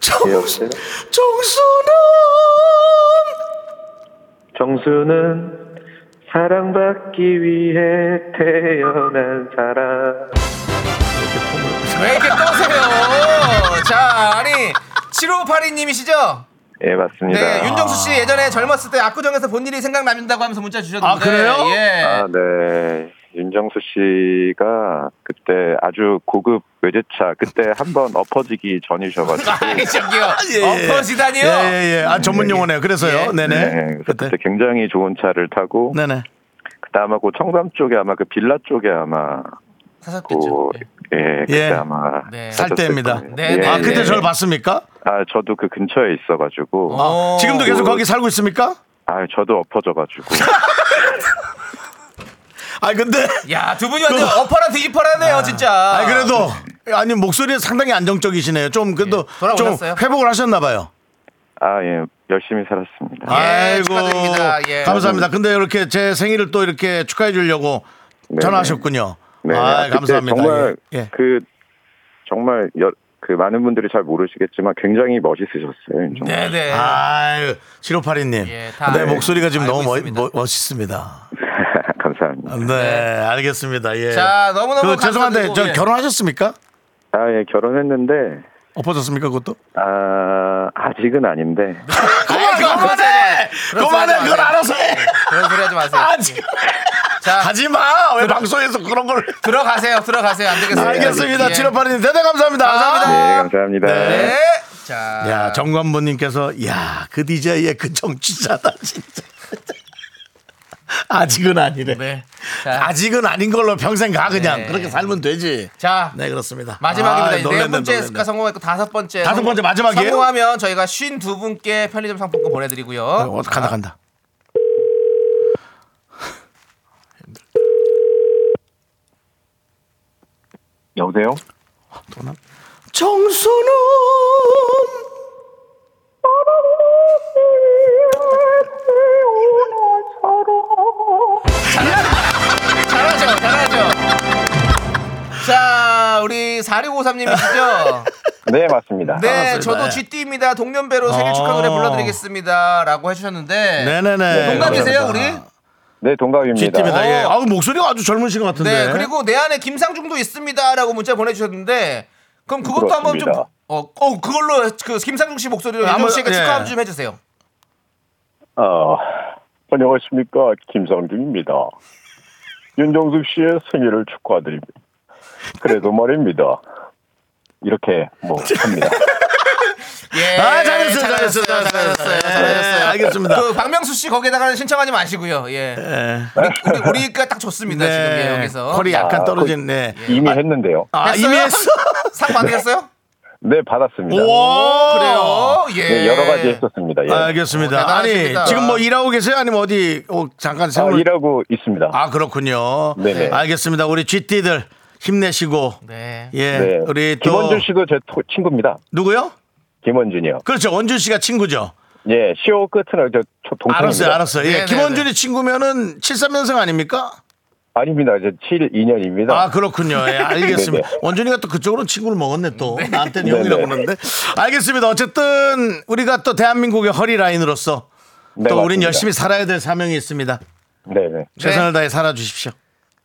정수, 여보세요? 정수는 정수는 사랑받기 위해 예. 태어난 사람. 왜 이렇게 떠세요? 자, 아니 7582님이시죠? 예, 맞습니다. 네, 윤정수 씨 예전에 젊었을 때 압구정에서 본 일이 생각난다고 하면서 문자 주셨는데 아, 그래요? 예. 아, 네. 윤정수 씨가 그때 아주 고급 외제차 그때 한번 엎어지기 전이셔가지고 아니 저기요. 예. 엎어지다니요? 예예예. 아 전문 용어네요. 그래서요. 예. 네네. 네, 그래서 그때. 그때 굉장히 좋은 차를 타고 네네. 그때 아마 그 청담 쪽에 아마 그 빌라 쪽에 아마 그 사셨겠죠. 예, 그때 예. 아마 네. 살 사셨을 때입니다. 거예요. 네, 네, 아 네. 그때 저를 봤습니까? 아 저도 그 근처에 있어가지고 어. 아, 오. 지금도 계속 거기 살고 있습니까? 아 저도 엎어져가지고 아 근데 야, 두 분이 완전 엎어라 뒤집어라네요, 진짜. 그- 아 그래도 아니 목소리는 상당히 안정적이시네요. 좀 그래도 예. 좀 돌아오셨어요? 회복을 하셨나봐요. 아 예 열심히 살았습니다. 네, 아, 축하드립니다. 예. 감사합니다. 근데 이렇게 제 생일을 또 이렇게 축하해 주려고 네, 전화하셨군요. 네, 아, 그때 감사합니다. 정말 예. 예. 그 정말 여, 그 많은 분들이 잘 모르시겠지만 굉장히 멋있으셨어요. 윤정. 네, 네. 아유, 7582님. 예, 다 네, 알- 목소리가 지금 알고 너무 멋, 있습니다. 멋, 멋있습니다. 감사합니다. 네, 알겠습니다. 예. 자, 그, 너무너무 죄송한데, 감사드리고, 저 예. 결혼하셨습니까? 아, 예, 결혼했는데 엎어졌습니까, 그것도? 아, 아직은 아닌데. 그만, 그런 소리 그만해! 하지 마. 그런 그만해, 소리 하지 그걸 마세요. 알아서 해! 그런 소리 하지 마세요. 예. 아, 지금. 네. 자, 가지 마! 왜 방송에서 그런 걸. 들어가세요. 들어가세요. 안 되겠어요. 알겠습니다. 예. 7582님, 대단히 감사합니다. 예, 감사합니다. 감사합니다. 네. 자. 야, 정관부님께서, 야, 그 DJ의 그 정치자다, 진짜. 아직은 아니래. 네. 자, 아직은 아닌 걸로 평생 가 그냥 네. 그렇게 살면 되지. 자, 네 그렇습니다. 마지막입니다. 아, 이제 놀랬네, 네 번째 놀랬네. 스카 성공했고 다섯 번째. 다섯 성공- 번째 마지막이에요? 성공하면 저희가 52 분께 편의점 상품권 보내드리고요. 어, 어, 간다 간다. 여보세요? 도남. 정선은 잘하죠, 잘하죠. 자, 우리 4653님이시죠? 네, 맞습니다. 네, 반갑습니다. 저도 예. GT입니다. 동년배로 생일 축하 노래 어. 불러드리겠습니다. 라고 해주셨는데. 네네네. 동갑이세요, 우리? 감사합니다. 네, 동갑입니다. 쥐띠입니다. 예. 어. 아우 목소리가 아주 젊으신 것 같은데. 네, 그리고 내 안에 김상중도 있습니다. 라고 문자 보내주셨는데. 그럼 그것도 한번 좀. 그렇습니다. 어, 어, 그걸로 그 김상중 씨 목소리로 한번, 윤정 씨가 예. 축하 좀 해주세요. 아, 안녕하십니까. 김상중입니다. 윤정숙 씨의 생일을 축하드립니다. 그래도 말입니다. 이렇게 뭐 합니다. 예. 아 잘했어요, 잘했어요, 잘했어요, 잘했어요. 예, 알겠습니다. 그 박명수 씨 거기에다가 신청하지 마시고요. 예. 예. 우리, 우리가 딱 좋습니다. 지금 예, 여기서. 퀄이 네. 약간 아, 떨어진. 네. 이미 했는데요. 아 했어요? 이미 했어. 상 받으셨어요? 네, 받았습니다. 오 그래요. 예. 네, 여러 가지 했었습니다. 예. 알겠습니다. 어, 아니 그 대단하십니다. 지금 뭐 일하고 계세요? 아니면 어디 어, 잠깐 아, 세우는? 일하고 있습니다. 아 그렇군요. 네네. 알겠습니다. 우리 쥐띠들 힘내시고 네. 예 네. 우리 또 김원준 씨도 제 토- 친구입니다. 누구요? 김원준이요. 그렇죠. 원준 씨가 친구죠. 예, 쇼 끝은 저, 저 동생입니다. 알았어요, 알았어요. 예, 네네네. 김원준이 친구면은 73년생 아닙니까? 아닙니다. 이제 7, 2년입니다. 아 그렇군요. 예, 알겠습니다. 네. 네네. 원준이가 또 그쪽으로 친구를 먹었네 또 나한테는 네네. 형이라고 그러는데 알겠습니다. 어쨌든 우리가 또 대한민국의 허리 라인으로서 네, 또 우린 맞습니다. 열심히 살아야 될 사명이 있습니다. 네네. 최선을 다해 살아주십시오.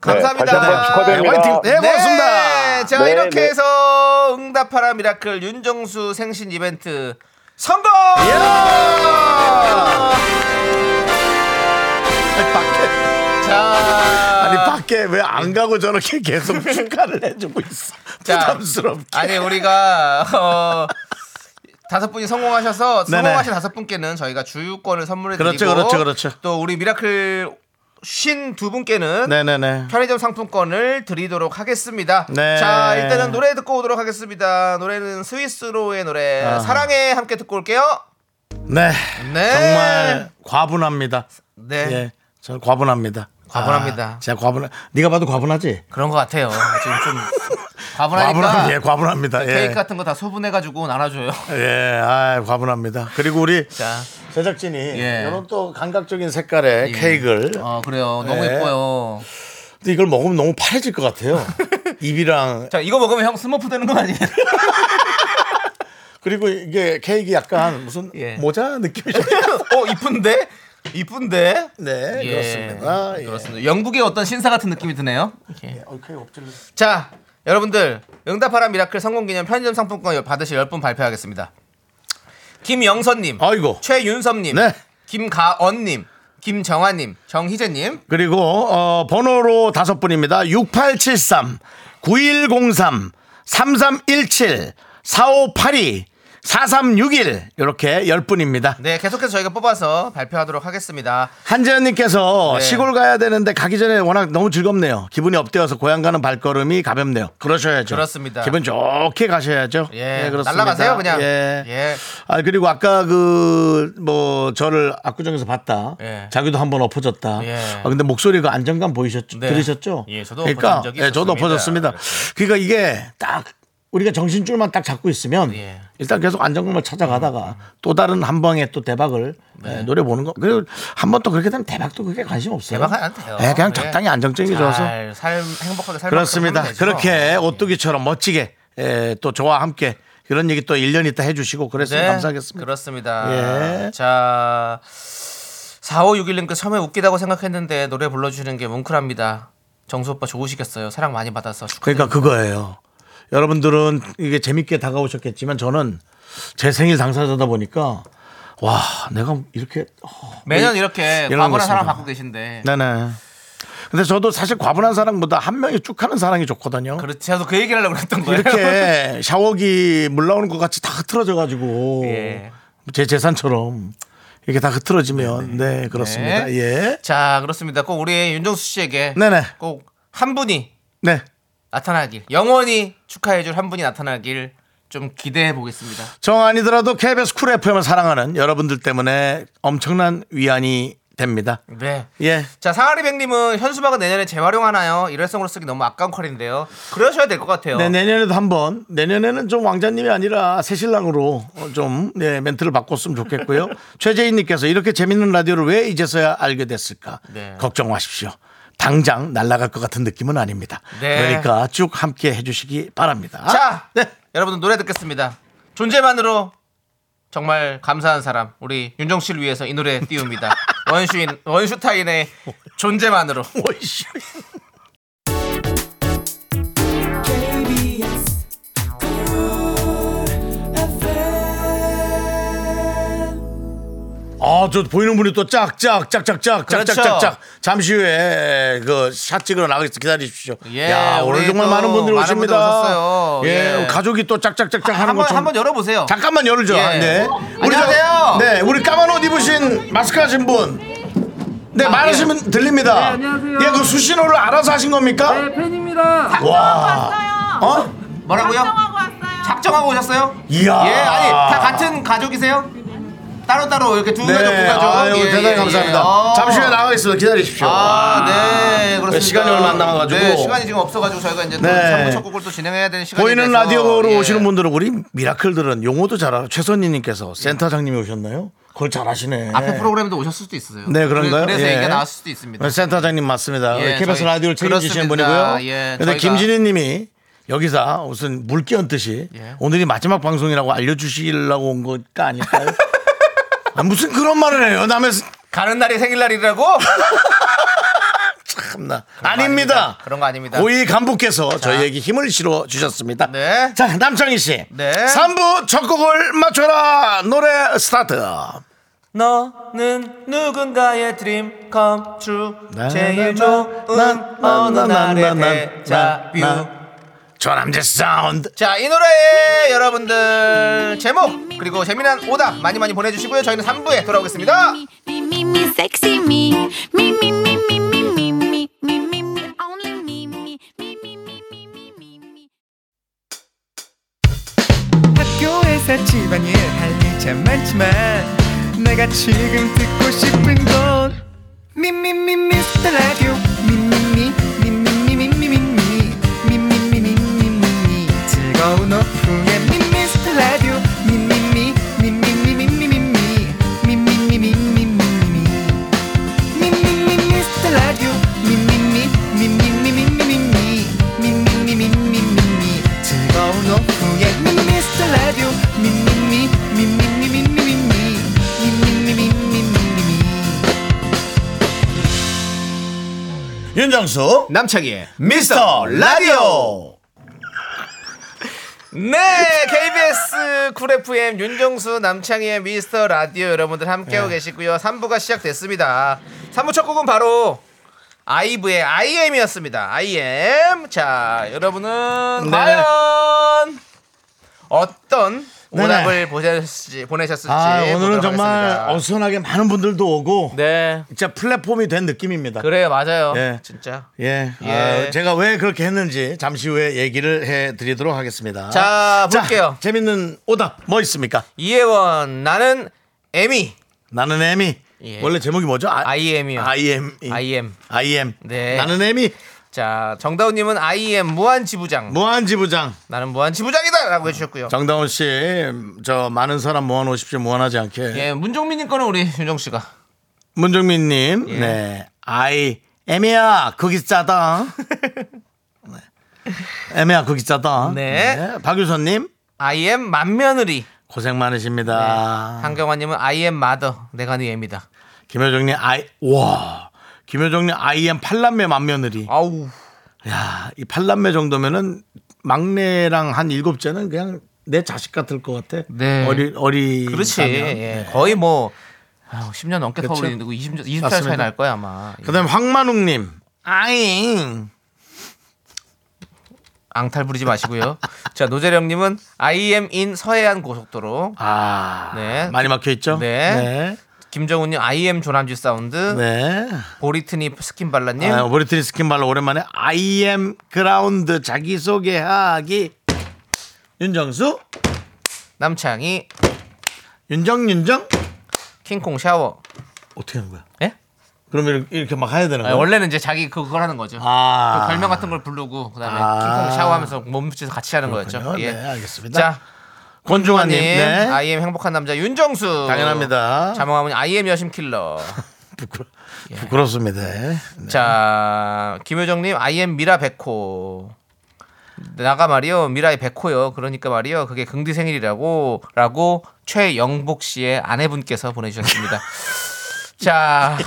감사합니다. 다시 한번 축하드립니다. 네, 화이팅. 네, 네, 고맙습니다. 자 네, 이렇게 네. 해서 응답하라 미라클 윤정수 생신 이벤트 성공! 아니, 밖에 자, 아니 밖에 왜 안 가고 저렇게 계속 축하를 해주고 있어. 자, 부담스럽게. 아니 우리가 어, 다섯 분이 성공하셔서 네네. 성공하신 다섯 분께는 저희가 주유권을 선물해드리고 그렇죠, 그렇죠, 그렇죠. 또 우리 미라클 쉰두 분께는 네네네. 편의점 상품권을 드리도록 하겠습니다. 네. 자, 일단은 노래 듣고 오도록 하겠습니다. 노래는 스위스로의 노래 아. 사랑해 함께 듣고 올게요. 네. 네. 정말 과분합니다. 네. 예. 저는 과분합니다. 과분합니다. 아, 제가 과분. 네가 봐도 과분하지. 그런 것 같아요. 지금 좀 과분하, 예, 과분하니까 과분합니다. 케이크 예, 같은 거 다 소분해가지고 나눠줘요. 예, 아, 과분합니다. 그리고 우리 자, 제작진이 예. 이런 또 감각적인 색깔의 케이크를 어 그래요. 너무 예. 예뻐요. 근데 이걸 먹으면 너무 파래질 것 같아요. 입이랑 자, 이거 먹으면 형 스머프 되는 거 아니에요? 그리고 이게 케이크 약간 무슨 예. 모자 느낌이잖아요. 어 이쁜데? 이쁜데? 네, 예. 그렇습니다. 예. 그렇습니다. 영국의 어떤 신사 같은 느낌이 드네요. 예. 어, 케이크 엎질러. 자, 여러분들 응답하라 미라클 성공기념 편의점 상품권 받으실 10분 발표하겠습니다. 김영선님, 아이고. 최윤섭님, 어? 네. 김가언님, 김정아님, 정희재님, 그리고 어, 번호로 다섯 분입니다. 6873, 9103, 3317, 4582, 4361 이렇게 열 분입니다. 네 계속해서 저희가 뽑아서 발표하도록 하겠습니다. 한재현님께서 네. 시골 가야 되는데 가기 전에 워낙 너무 즐겁네요. 기분이 업되어서 고향 가는 발걸음이 가볍네요. 그러셔야죠. 그렇습니다. 기분 좋게 가셔야죠. 예, 네, 그렇습니다. 날라가세요 그냥. 예. 예. 아 그리고 아까 그 뭐 저를 압구정에서 봤다. 예. 자기도 한번 엎어졌다. 예. 아 근데 목소리가 안정감 보이셨죠? 네. 들으셨죠? 예, 저도 그러니까 엎어진 적이 예, 저도 있었습니다. 엎어졌습니다. 그러니까 이게 딱 우리가 정신줄만 딱 잡고 있으면 예. 음, 일단 계속 안정감을 찾아가다가 또 다른 한 방에 또 대박을 네. 예, 노려보는 거. 그리고 한 번 또 그렇게 되면 대박도 그렇게 관심 없어요. 대박은 안 돼요. 예, 그냥 예. 적당히 안정적인 게 좋아서. 잘, 삶 행복하게 살고 예. 그렇습니다. 그렇게 오뚜기처럼 멋지게 에, 또 저와 함께 그런 얘기 또 1년 있다 해주시고 그랬으면 감사하겠습니다. 그렇습니다. 예. 네, 자, 4561님께 처음에 웃기다고 생각했는데 노래 불러주시는 게 뭉클합니다. 정수 오빠 좋으시겠어요. 사랑 많이 받아서 축하. 그러니까 그거예요. 여러분들은 이게 재밌게 다가오셨겠지만 저는 제 생일 당사자다 보니까 와 내가 이렇게 어, 매년 이렇게 이런 과분한 것입니다. 사랑 받고 계신데. 네네. 근데 저도 사실 과분한 사랑보다 한 명이 쭉 하는 사랑이 좋거든요. 그렇죠. 저도 그 얘기를 하려고 그랬던 거예요. 이렇게 샤워기 물 나오는 것 같이 다 흐트러져 가지고 예. 제 재산처럼 이게 다 흐트러지면 네 그렇습니다. 네. 예. 자 그렇습니다. 꼭 우리 윤정수 씨에게 네네. 꼭 한 분이 네. 나타나길 영원히 축하해줄 한 분이 나타나길 좀 기대해 보겠습니다. 정 아니더라도 KBS 쿨 FM을 사랑하는 여러분들 때문에 엄청난 위안이 됩니다. 네. 예. 자 사하리 백님은 현수막은 내년에 재활용하나요? 일회성으로 쓰기 너무 아까운 컬인데요. 그러셔야 될 것 같아요. 네, 내년에도 한번 내년에는 좀 왕자님이 아니라 새신랑으로 어, 좀 네, 멘트를 바꿨으면 좋겠고요. 최재인님께서 이렇게 재밌는 라디오를 왜 이제서야 알게 됐을까 네. 걱정 마십시오. 당장 날아갈 것 같은 느낌은 아닙니다. 네. 그러니까 쭉 함께 해주시기 바랍니다. 자 네. 여러분들 노래 듣겠습니다. 존재만으로 정말 감사한 사람 우리 윤정 씨를 위해서 이 노래 띄웁니다. 원슈인 원슈타인의 존재만으로. 오이씨. 아, 저 보이는 분이 또 짝짝 짝짝짝 그렇죠. 짝짝짝짝 잠시 후에 그 샷 찍으러 나가겠습니다. 기다리십시오. 예, 야, 오늘 우리 정말 또 많은 분들이 많은 오십니다. 분들 오셨어요. 예, 예. 가족이 또 짝짝짝짝 하는 한번 것처럼 한번 열어보세요. 잠깐만 열죠. 예. 네. 저- 안녕하세요. 네, 우리 까만 옷 입으신 마스크 하신 분. 네, 아, 말하시면 예. 들립니다. 네, 안녕하세요. 예, 그 수신호를 알아서 하신 겁니까? 네, 팬입니다. 와. 왔어요. 어? 뭐라고요? 작정하고 왔어요. 작정하고 오셨어요? 이야. 예, 아니 다 같은 가족이세요? 따로 따로 이렇게 두 네, 가족 두 가족. 아유, 예, 대단히 예, 감사합니다. 예. 어. 잠시 후에 나가겠습니다. 기다리십시오. 아, 네, 그렇습니다. 시간이 얼마 안 남아가지고. 네, 시간이 지금 없어가지고 저희가 이제 또 네. 삼부 첫 곡을 또 진행해야 되는 시간이 보이는 돼서, 라디오로 네, 예. 오시는 분들은 우리 미라클들은 용어도 잘 알아. 최선희님께서 센터장님이 오셨나요? 그걸 잘 아시네. 앞에 프로그램도 오셨을 수도 있어요. 네, 그런가요? 그래서 예. 얘기가 나왔을 수도 있습니다. 센터장님 맞습니다. 예, KBS 저희- 라디오를 책임지시는 그렇습니다. 분이고요. 예, 근데 저희가- 김진희님이 여기서 무슨 물 끼얹듯이 예. 오늘이 마지막 방송이라고 알려주시려고 온 것가 아닐까요? 아, 무슨 그런 말을 해요? 남의 스- 가는 날이 생일날이라고? 참나 아닙니다. 그런 거 아닙니다. 고위 간부께서 저희에게 힘을 실어 주셨습니다. 네. 자 남창희 씨, 네. 3부 첫 곡을 맞춰라 노래 스타트. 너는 누군가의 드림 컴 트루 나, 나, 제일 좋은 나, 나, 어느 나, 나, 나, 나, 날의 대자뷰 나, 나. 저남자 사운드. 자 이 노래에 여러분들 제목 그리고 재미난 오답 많이 많이 보내주시고요 저희는 3부에 돌아오겠습니다 학교에서 집안일 할 일 참 많지만 내가 지금 듣고 싶은 건 미미미 미스터 라디오 미미미 미미미 미미미 미미미 미미미 즐거운 오후에 미스터 라디오 미미미 미미미 미미미 미미미 미미미 윤정수 남창희의 미스터 라디오. 네 KBS 쿨 FM 윤정수 남창희의 미스터 라디오 여러분들 네. 함께하고 계시고요 3부가 시작됐습니다 3부 첫 곡은 바로 아이브의 IM이었습니다 IM 자 여러분은 네. 과연 어떤 네네. 오답을 보내셨을지 보내셨을지 아 오늘은 보도록 정말 하겠습니다. 어수선하게 많은 분들도 오고 네 진짜 플랫폼이 된 느낌입니다. 그래요 맞아요 예. 진짜 예, 예. 아, 제가 왜 그렇게 했는지 잠시 후에 얘기를 해드리도록 하겠습니다. 자, 볼게요. 재밌는 오답 뭐 있습니까? 이혜원 나는 에미 나는 애미. 예. 원래 제목이 뭐죠? 아, IM이요. IM. IM. IM. 네. 나는 애미. 자 정다운님은 IM 무한 지부장 무한지부장. 나는 무한 지부장이다라고 해주셨고요. 정다운 씨, 저 많은 사람 모아놓으십시오. 무한하지 않게. 예, 문종민님 거는 우리 윤정 씨가 문종민님, 예. 네. 아이, 애미야, 거기 짜다. 네. 애미야, 거기 짜다. 네. 박유선님, IM 만며느리 고생 많으십니다. 네. 한경화님은 IM 마더 내가 네 애미다. 김효정님 아이 와 김효정님 아이엠 팔남매 맏며느리 아우 야이 팔남매 정도면은 막내랑 한 일곱째는 그냥 내 자식 같을 것 같아 네. 어리 어리 그렇지 예, 거의 뭐 아우, 10년 넘게 네. 그쵸? 터울리는데 20년 20살 그렇죠. 맞습니다. 차이 날 거야 아마. 예. 그다음 에 황만웅님 아잉 앙탈 부리지 마시고요. 자 노재령님은 IM 인 서해안 고속도로 아 네. 많이 막혀 있죠 네. 김정훈님 IM 조남지 사운드 네. 보리트니 스킨발라님 아, 오버리트니 스킨발로 오랜만에 I am 그라운드 자기소개하기. 윤정수, 남창희 윤정, 윤정. 킹콩 샤워 어떻게 하는 거야? 예? 그럼 이렇게, 이렇게 막 해야 되는 아니, 거야? 원래는 이제 자기 그- 그걸 하는 거죠 네. 아. 그 별명 같은 걸 부르고 그다음에 아. 킹콩 샤워하면서 몸붙여서 같이 하는 거였죠 그렇군요. 예. 네, 알겠습니다. 자 권중환님, 님 네. IM 행복한 남자 윤정수 당연합니다. 자몽하면 IM 여심 킬러 예. 부끄러, 부끄럽습니다. 네. 자, 김효정님, I am 미라 백호. 나가 말이요, 미라의 백호요. 그러니까 말이요, 그게 긍디 생일이라고, 라고 최영복 씨의 아내분께서 보내주셨습니다. 자,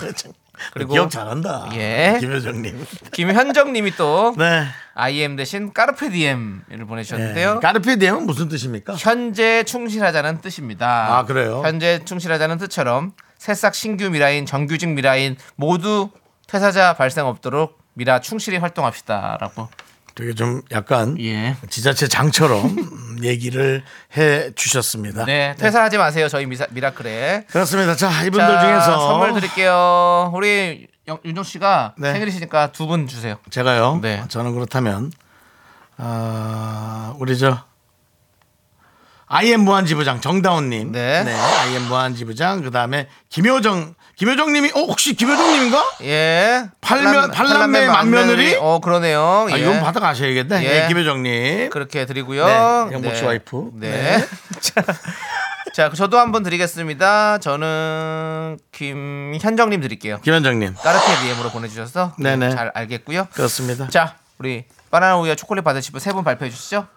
그리고 기억 잘한다. 예. 김효정님. 김현정님이 또 네. I am 대신 까르페디엠을 보내주셨는데요. 까르피디엠은 무슨 뜻입니까? 현재 충실하자는 뜻입니다. 아, 그래요? 현재 충실하자는 뜻처럼 새싹 신규 미라인, 정규직 미라인 모두 퇴사자 발생 없도록 미라 충실히 활동합시다라고. 되게 좀 약간 예. 지자체 장처럼 음, 얘기를 해 주셨습니다. 네, 퇴사하지 마세요. 저희 미사, 미라클에. 그렇습니다. 자, 이분들 자, 중에서 선물 드릴게요. 우리 영- 윤정 씨가 네. 생일이시니까 두 분 주세요. 제가요. 네. 저는 그렇다면 아, 우리 저 IM 무한지부장 정다운님, 네. IM 무한지부장 그 다음에 김효정, 김효정님이 어 혹시 김효정님인가? 예. 팔면- 팔남매 만며느리? 어, 그러네요. 아, 예. 이건 받아가셔야겠네. 예. 예, 김효정님. 그렇게 드리고요. 네, 영복 씨 와이프. 네. 자, 자, 그 저도 한번 드리겠습니다. 저는 김현정님 드릴게요. 김현정님. 까르페 DM으로 보내주셔서 네네. 잘 알겠고요. 그렇습니다. 자, 자, 우리 바나나 우유와 초콜릿 받으실 분 세 분 발표해 주시죠.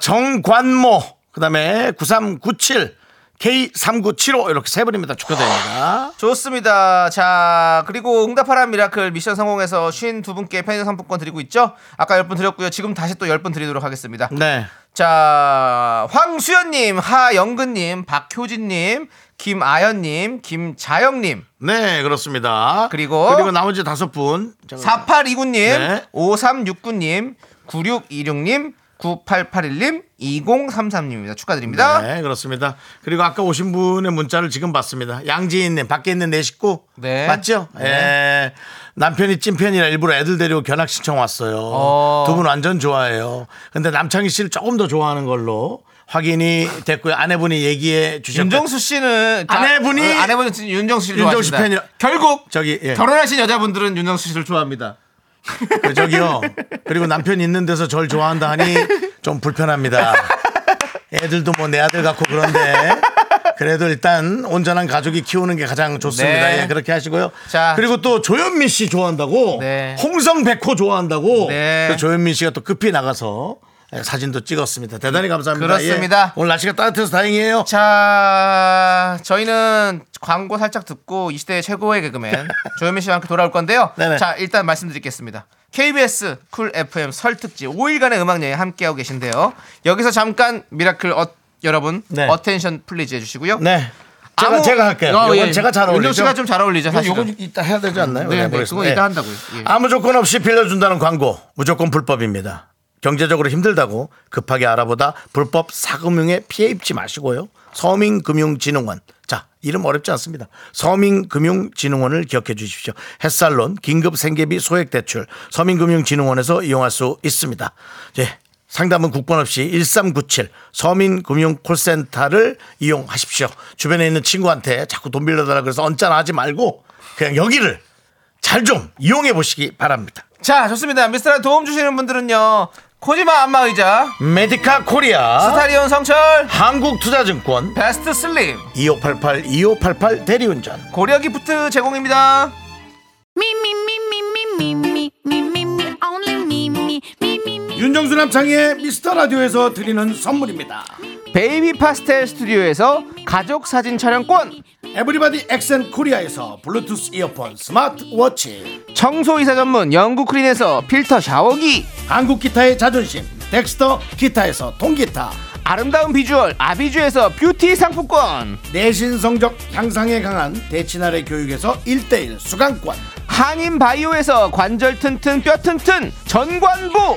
정관모. 그 다음에 9397. K3975 이렇게 세 분입니다. 축하드립니다. 좋습니다. 자, 그리고 응답하라 미라클 미션 성공해서 52분께 편의점 상품권 드리고 있죠? 아까 10분 드렸고요. 지금 다시 또 10분 드리도록 하겠습니다. 네. 자, 황수연님, 하영근님, 박효진님, 김아연님, 김자영님, 네, 그렇습니다. 그리고- 그리고 나머지 다섯 분. 잠깐만요. 4829님, 네. 5369님, 9626님, 9881님, 2033님입니다. 축하드립니다. 네, 그렇습니다. 그리고 아까 오신 분의 문자를 지금 봤습니다. 양지인님, 밖에 있는 내 식구. 네. 맞죠? 예. 남편이 찐팬이라 일부러 애들 데리고 견학 신청 왔어요. 어. 두 분 완전 좋아해요. 근데 남창희 씨를 조금 더 좋아하는 걸로 확인이 됐고요. 아내분이 얘기해 주셨고. 윤정수 씨는 아내분이- 아, 아내분은 진짜 윤정수 씨를 윤정수 좋아하신다. 팬이라- 결국 저기, 예. 결혼하신 여자분들은 윤정수 씨를 좋아합니다. 그 저기요. 그리고 남편이 있는 데서 절 좋아한다 하니 좀 불편합니다. 애들도 뭐 내 아들 같고 그런데 그래도 일단 온전한 가족이 키우는 게 가장 좋습니다. 네. 예, 그렇게 하시고요. 자. 그리고 또 조현민 씨 좋아한다고 네. 홍성 백호 좋아한다고 네. 그 조현민 씨가 또 급히 나가서 예, 사진도 찍었습니다. 대단히 감사합니다. 그렇습니다. 예, 오늘 날씨가 따뜻해서 다행이에요. 자, 저희는 광고 살짝 듣고 이 시대의 최고의 개그맨 조현민 씨와 함께 돌아올 건데요. 네네. 자, 일단 말씀드리겠습니다. KBS 쿨 FM 설 특집 5일간의 음악 여행 함께하고 계신데요. 여기서 잠깐 미라클 어, 여러분 네. 어텐션 플리즈 해주시고요. 네. 제가 아무- 제가 할게요. 어, 이건 예. 제가 잘 어울리죠. 윤정 씨가 좀 잘 어울리죠. 사실. 이건 이따 해야 되지 않나요? 네, 네, 모르겠습니다. 그건 이따 한다고요. 예. 아무 조건 없이 빌려준다는 광고 무조건 불법입니다. 경제적으로 힘들다고 급하게 알아보다 불법 사금융에 피해 입지 마시고요. 서민금융진흥원 자 이름 어렵지 않습니다. 서민금융진흥원을 기억해 주십시오. 햇살론 긴급생계비 소액대출 서민금융진흥원에서 이용할 수 있습니다. 예. 상담은 국번 없이 1397 서민금융콜센터를 이용하십시오. 주변에 있는 친구한테 자꾸 돈 빌려달라 그래서 언짢아하지 말고 그냥 여기를 잘 좀 이용해 보시기 바랍니다. 자, 좋습니다. 미스터라 도움 주시는 분들은요. 코지마 안마의자, 메디카 코리아, 스타리온 성철, 한국투자증권, 베스트 슬림, 2588, 2588 대리운전. 고려 기프트 제공입니다. 윤정수 남창의 네, 미스터 라디오에서 드리는 선물입니다. 베이비 파스텔 스튜디오에서 가족 사진 촬영권, 에브리바디 엑센 코리아에서 블루투스 이어폰, 스마트워치, 청소 이사 전문 영구 크린에서 필터 샤워기, 한국 기타의 자존심, 덱스터 기타에서 통기타, 아름다운 비주얼 아비주에서 뷰티 상품권, 내신 성적 향상에 강한 대치나래 교육에서 1대1 수강권, 한인 바이오에서 관절 튼튼 뼈 튼튼 전관부,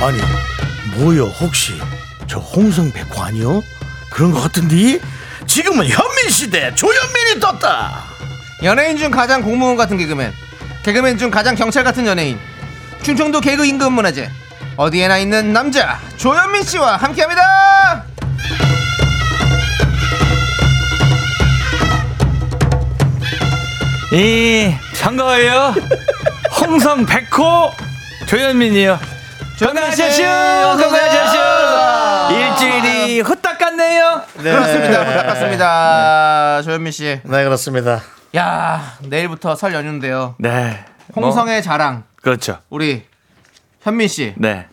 아니 뭐요 혹시 저 홍성백호 아니요? 그런 것 같은데 지금은 현민 시대 조현민이 떴다. 연예인 중 가장 공무원 같은 개그맨 개그맨 중 가장 경찰 같은 연예인 충청도 개그 임금 문화재 어디에나 있는 남자 조현민 씨와 함께합니다 이 반가워요. 홍성 백호 조현민이요. 조현민 네. 아. 일주일이 후딱 갔네요. 그렇습니다 반갑습니다 조현민 씨 네 그렇습니다. 야 내일부터 설 연휴인데요 네. 뭐, 홍성의 자랑 그렇죠. 우리 현민 씨 네.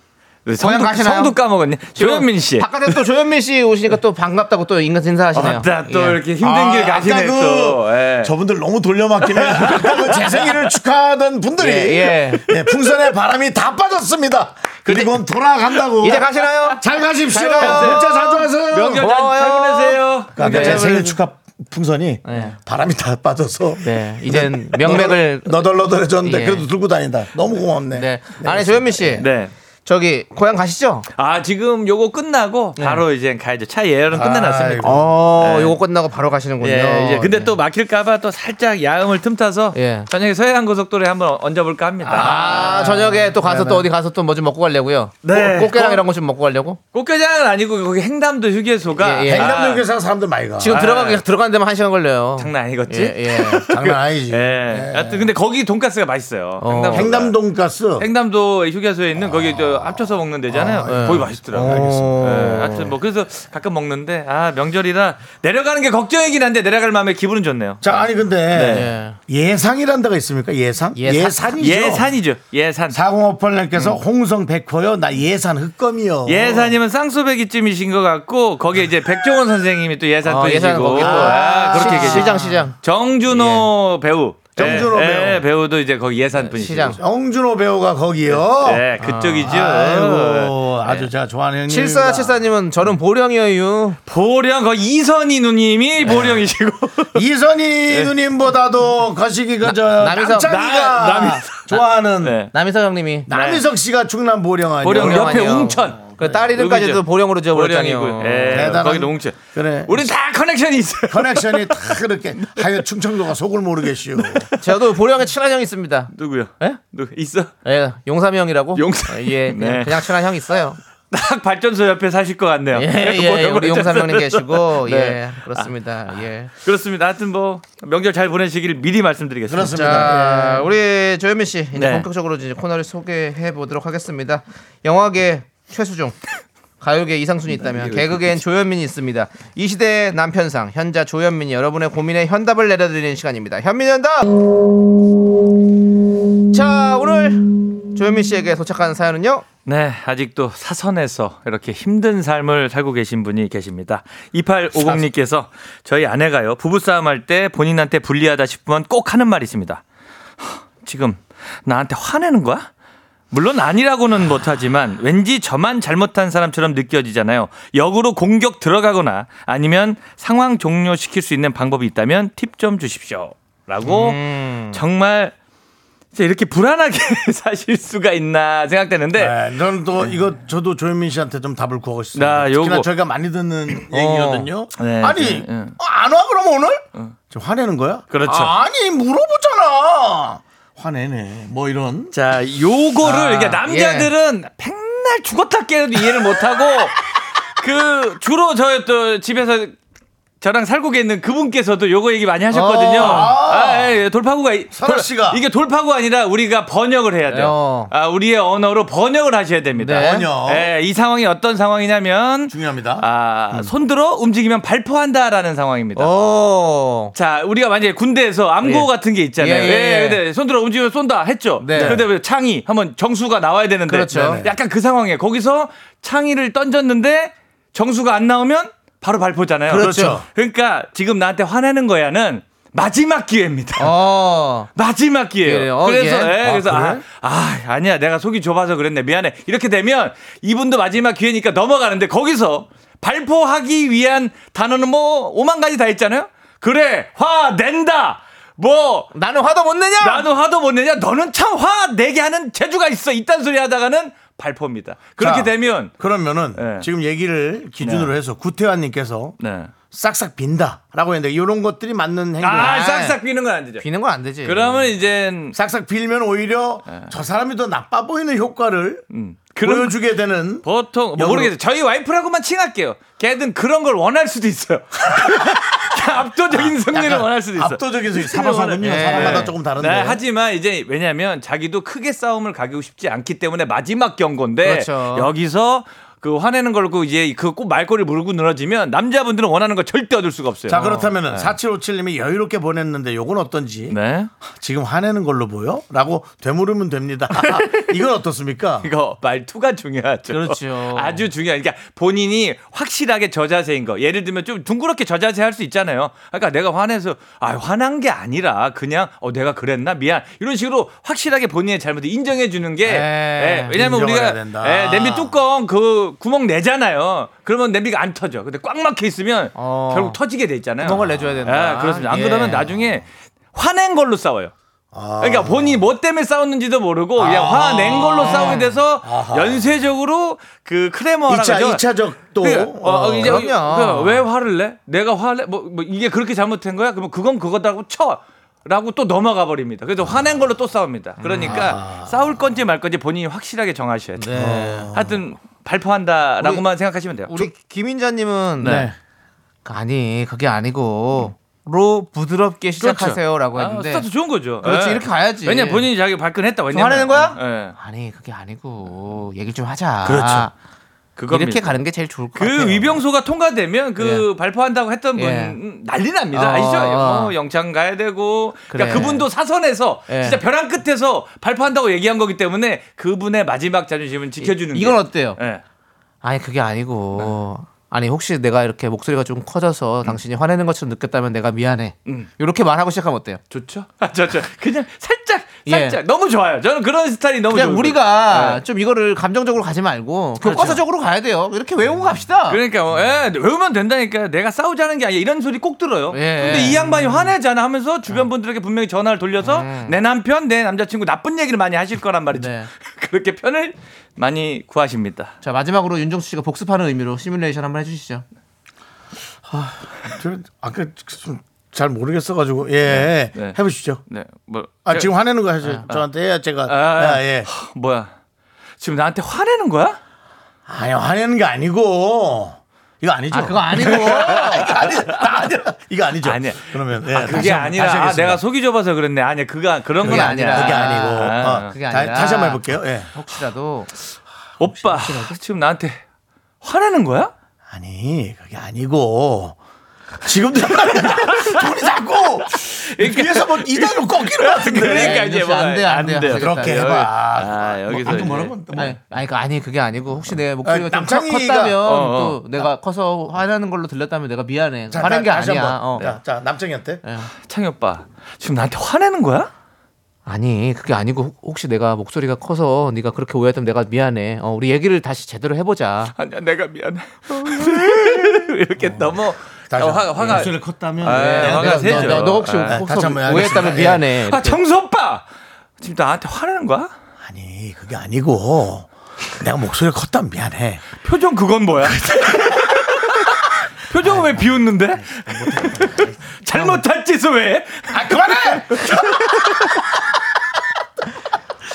고향 성도, 가시나요? 성도 까먹었네. 조현민 씨. 바깥에 또 조현민 씨 오시니까 또 반갑다고 또 인사 인사하시네요 맞다. 또 예. 이렇게 힘든 길 가시네 아까 그 또. 예. 저분들 너무 돌려막기네. 아까 그제 생일을 뭐 축하하던 분들이 예, 예, 풍선에 바람이 다 빠졌습니다. 그리고 돌아간다고. 이제 가시나요? 잘 가십시오. 잘 가세요. 문자 자주 하세요. 그러니까 명절 잘 아, 고마워요. 보내세요. 아까 네. 제 생일 축하 풍선이 네. 바람이 다 빠져서 네 이젠 명맥을 너덜너덜해졌는데 예. 그래도 들고 다닌다. 너무 고맙네. 네. 아니 조현민 씨. 네. 저기 고향 가시죠? 아 지금 요거 끝나고 바로 이제 가야죠. 차 예열은 아이고. 끝내놨습니다. 어, 요거 끝나고 바로 가시는군요. 네. 예, 이제 근데 또 막힐까봐 또 살짝 야음을 틈타서 예. 저녁에 서해안 고속도로에 한번 얹어볼까 합니다. 아, 저녁에 또 가서 또 어디 가서 또 뭐 좀 먹고 가려고요. 네. 꽃- 꽃게랑 이런 거 좀 먹고 가려고. 꽃게장은 아니고 거기 행담도 휴게소가 예, 예. 아, 행남역에 사는 사람들 많이 가. 지금 아. 들어가기 들어가는 데만 한 시간 걸려요. 장난 아니겠지? 예, 예. 예. 장난 아니지. 하여튼 근데 거기 돈가스가 맛있어요. 행담, 행남동 가스. 행담도 휴게소에 아. 있는 거기 저 합쳐서 먹는 데잖아요. 거기 맛있더라고요. 어. 예, 하여튼 뭐 그래서 가끔 먹는데 아 명절이라 내려가는 게 걱정이긴 한데 내려갈 마음에 기분은 좋네요. 자, 아니 근데 예. 예상이란 데가 있습니까? 예상? 예산. 예산이죠. 예산이죠. 예산. 4058님께서 홍성 백호요. 나 예산 흑검이요. 예사님은 쌍수배기쯤이신 것 같고 거기에 이제 백종원 선생님이 또 예산 어, 또 예산 계시고 거기 또. 아, 그렇게 시, 계시죠. 시장 시장. 정준호 배우 정준호 예, 배우. 예, 배우도 이제 거기 예산 분이시죠. 네, 시장. 영준호 배우가 거기요. 예, 그쪽이죠. 아, 아이고, 아주 제가 좋아하는 형님. 음. 7474님은 저는 보령이에요. 보령 거의 이선희 누님이 보령이시고 이선희 누님보다도 거시기가 저 남희석. 남창희가 나- 남희석. 좋아하는 네. 남희석 형님이. 남희석 씨가 충남 보령 아니에요. 보령 옆에 아니에요. 웅천 그 딸 이름까지도 여기죠. 보령으로 지어버렸잖아요. 보령이고 예, 대단한- 거기도 웅천. 그래. 우린 다 커넥션이 있어요. 커넥션이 다 그렇게 하여 충청도가 속을 모르겠슈. 어. 저도 보령에 친한 형 있습니다. 누구요? 예? 누 있어? 예, 용삼이 형이라고? 용삼- 어, 예, 그냥, 네. 그냥 친한 형 있어요. 딱 발전소 옆에 사실 것 같네요. 뭐 예, 예, 예, 보령으로 우리 용삼 형님 발전소에서. 계시고, 네. 예, 그렇습니다. 예. 그렇습니다. 하여튼 뭐 명절 잘 보내시길 미리 말씀드리겠습니다. 예. 자, 우리 조현민 씨 이제 네. 본격적으로 이제 코너를 소개해 보도록 하겠습니다. 영화계 최수종, 가요계 이상순이 있다면 개그계엔 조현민이 있습니다. 이 시대의 남편상 현자 조현민이 여러분의 고민에 현답을 내려드리는 시간입니다. 현민 현답. 자, 오늘 조현민 씨에게 도착하는 사연은요. 네, 아직도 사선에서 이렇게 힘든 삶을 살고 계신 분이 계십니다. 2850님께서 저희 아내가요, 부부싸움 할 때 본인한테 불리하다 싶으면 꼭 하는 말이 있습니다. "하, 지금 나한테 화내는 거야? 물론 아니라고는 못하지만 왠지 저만 잘못한 사람처럼 느껴지잖아요. 역으로 공격 들어가거나 아니면 상황 종료시킬 수 있는 방법이 있다면 팁 좀 주십시오. 라고 정말 진짜 이렇게 불안하게 사실 수가 있나 생각되는데 네, 저는 또 이거 저도 조현민 씨한테 좀 답을 구하고 싶습니다. 나 특히나 요거. 어. 저희가 많이 듣는 얘기거든요. 네, 아니 네, 네. 어, 안와 그럼 오늘? 저 화내는 거야? 그렇죠. 아니 물어보잖아. 화내네. 뭐 이런. 자, 요거를 아, 이게 예. 남자들은 맨날 죽었다 깨도 이해를 못 하고 그 주로 저 또 집에서 저랑 살고 계는 그분께서도 요거 얘기 많이 하셨거든요. 아. 아, 예, 예, 돌파구가 이- 선아 씨가. 이게 돌파구 아니라 우리가 번역을 해야 돼요. 어. 아, 우리의 언어로 번역을 하셔야 됩니다. 네. 번역. 예, 이 상황이 어떤 상황이냐면 중요합니다. 아, 음. 손들어 움직이면 발포한다라는 상황입니다. 오. 자, 우리가 만약에 군대에서 암고 예. 같은 게 있잖아요. 예, 예, 예, 예. 근데 손들어 움직이면 쏜다 했죠. 네. 근데 왜 창이 한번 정수가 나와야 되는데 네, 그렇죠. 약간 그 상황에 거기서 창이를 던졌는데 정수가 안 나오면 바로 발포잖아요. 그렇죠. 그러니까 지금 나한테 화내는 거야는 마지막 어. 기회입니다. 마지막 기회예요. 어, 그래서 예. 예, 아, 그래서 아, 그래? 아, 아니야 내가 속이 좁아서 그랬네 미안해 이렇게 되면 이분도 마지막 기회니까 넘어가는데 거기서 발포하기 위한 단어는 뭐 5만 가지 다 있잖아요. 그래 화 낸다. 뭐 나는 화도 못 내냐? 나는 화도 못 내냐? 너는 참 화 내게 하는 재주가 있어. 이딴 소리 하다가는 발포입니다. 그렇게 자, 되면 그러면은 네. 지금 얘기를 기준으로 네. 해서 구태환님께서 네. 싹싹 빈다라고 했는데 이런 것들이 맞는 행동. 아, 싹싹 비는 건 안 되죠. 비는 건 안 되지. 음. 그러면 이젠 싹싹 빌면 오히려 저 사람이 더 나빠 보이는 효과를 네. 음. 그런- 보여주게 되는 보통 뭐 역으로- 모르겠어요. 저희 와이프라고만 칭할게요. 걔든 그런 걸 원할 수도 있어요. 압도적인 승리를 약간 원할 수도 있어요. 압도적인 수위 사바사군요. 예. 사람마다 조금 다른데. 네, 하지만 이제 왜냐하면 자기도 크게 싸움을 가기고 싶지 않기 때문에 마지막 경고인데 그렇죠. 여기서 그 화내는 걸고 이제 그 꼭 말꼬리 물고 늘어지면 남자분들은 원하는 걸 절대 얻을 수가 없어요. 자 그렇다면은 4757님이 여유롭게 보냈는데 요건 어떤지 네. 지금 화내는 걸로 보여? 라고 되물으면 됩니다. 이건 어떻습니까? 이거 말투가 중요하죠. 그렇죠. 아주 중요해. 그러니까 본인이 확실하게 저자세인 거. 예를 들면 좀 둥그렇게 저자세 할 수 있잖아요. 그러니까 내가 화내서 아 화난 게 아니라 그냥 어 내가 그랬나 미안 이런 식으로 확실하게 본인의 잘못을 인정해 주는 게. 네, 예, 왜냐면 인정을 해야 우리가 된다. 예, 냄비 뚜껑 그 구멍 내잖아요. 그러면 냄비가 안 터져. 근데 꽉 막혀 있으면 어. 결국 터지게 돼 있잖아요. 구멍을 내줘야 된다. 예, 그렇습니다. 안 예. 그러면 나중에 화낸 걸로 싸워요. 아. 그러니까 본인이 뭐 때문에 싸웠는지도 모르고 아. 그냥 화낸 걸로 싸우게 돼서 연쇄적으로 그 크레머라고 이차- 이차적 또. 어, 어, 이제 그럼요. 그왜 화를 내? 내가 화를 내? 뭐, 뭐 이게 그렇게 잘못된 거야? 그러면 그건 그거다고 쳐. 라고 또 넘어가 버립니다. 그래서 화낸 걸로 또 싸웁니다. 음, 아. 그러니까 싸울 건지 말 건지 본인이 확실하게 정하셔야 돼요. 네. 하여튼 발포한다라고만 생각하시면 돼요. 우리 김인자님은 네. 아니 그게 아니고 로 부드럽게 시작하세요라고 아, 했는데 스타트 좋은 거죠. 예. 그렇지, 이렇게 가야지. 왜냐 면 본인이 자기 발끈했다. 왜냐면 화내는 거야? 예. 아니 그게 아니고 얘기를 좀 하자. 그렇죠. 이렇게 그겁니다. 가는 게 제일 좋을 것 같아요. 그 위병소가 통과되면 그 발포한다고 했던 분 음, 예. 난리 납니다. 어, 아시죠? 어. 뭐 영창 가야 되고. 그 그래. 러니까 그분도 사선에서 예. 진짜 벼랑 끝에서 발포한다고 얘기한 거기 때문에 그분의 마지막 자존심은 지켜주는 이건 게. 네. 어때요? 예. 아니 그게 아니고 아니 혹시 내가 이렇게 목소리가 좀 음. 커져서 당신이 화내는 것처럼 느꼈다면 내가 미안해. 이렇게 말하고 시작하면 어때요? 좋죠? 아, 좋죠. 그냥 살짝, 예. 살짝. 너무 좋아요. 저는 그런 스타일이 너무 그냥 좋아요. 우리가 네. 좀 이거를 감정적으로 가지 말고 교과서적으로 가야 돼요. 이렇게 외우고 갑시다. 그렇죠. 아. 그러니까 뭐, 네. 예, 외우면 된다니까 내가 싸우자는 게 아니야 이런 소리 꼭 들어요. 예. 근데 이 양반이 음. 화내잖아 하면서 주변 분들에게 분명히 전화를 돌려서 내 남편, 내 남자친구 나쁜 얘기를 많이 하실 거란 말이죠. 네. 그렇게 편을 많이 구하십니다. 자 마지막으로 윤정수 씨가 복습하는 의미로 시뮬레이션 한번 해주시죠. 저 그, 아까 좀잘 모르겠어가지고 예 네. 해보시죠. 네, 뭐 아 그- 지금 화내는 거 하죠. 저한테 해야 제가 아, 아, 예. 하, 뭐야? 지금 나한테 화내는 거야? 아니 화내는 게 아니고 이거 아니죠. 아 그거 아니고 아니, 아니, 이거 아니죠. 아니야. 그러면 예, 아, 다시 한- 다시 그게 아니라 아, 하겠습니다. 내가 속이 좁아서 그랬네. 아니야, 그가 그런 건 그게 아니야. 아니라. 그게 아니고 아, 어, 그게 다- 아니라. 다시 한번 해볼게요. 예. 혹시라도 오빠 지금 나한테 화내는 거야? 아니 그게 아니고 지금도 둘이 자꾸 뒤에서 뭐 이단으로 꺾이는 것 같은데. 그러니까 이제 역시 네, 안 돼요, 안 돼요. 돼요. 그렇게 여기- 해봐. 아, 여기서 방금 이제- 뭐라고 했는데 뭐. 아니, 아니 그 아니 그게 아니고 혹시 내 목소리가 아, 좀 커- 남창희가- 컸다면 어, 어. 또 내가 커서 화나는 걸로 들렸다면 내가 미안해 자, 화낸 다- 게 다시 아니야 한번. 어. 네. 자, 자 남창이한테. 창희 오빠 지금 나한테 화내는 거야? 아니 그게 아니고 혹- 혹시 내가 목소리가 커서 네가 그렇게 오해했다면 내가 미안해 어, 우리 얘기를 다시 제대로 해보자 아니야 내가 미안해 이렇게 너무 다시 어, 한번. 화, 네. 화가 목소리를 컸다면 아, 예. 화가 내가- 세죠. 너, 너, 너 혹시, 아, 혹시 다시 한번 예. 오해했다면 하겠습니다. 미안해 아 정수 오빠 지금 나한테 화내는 거야? 아니 그게 아니고 내가 목소리가 컸다면 미안해. 표정 그건 뭐야? 표정은 왜 비웃는데? 잘못할 짓을 왜? 아 그만해.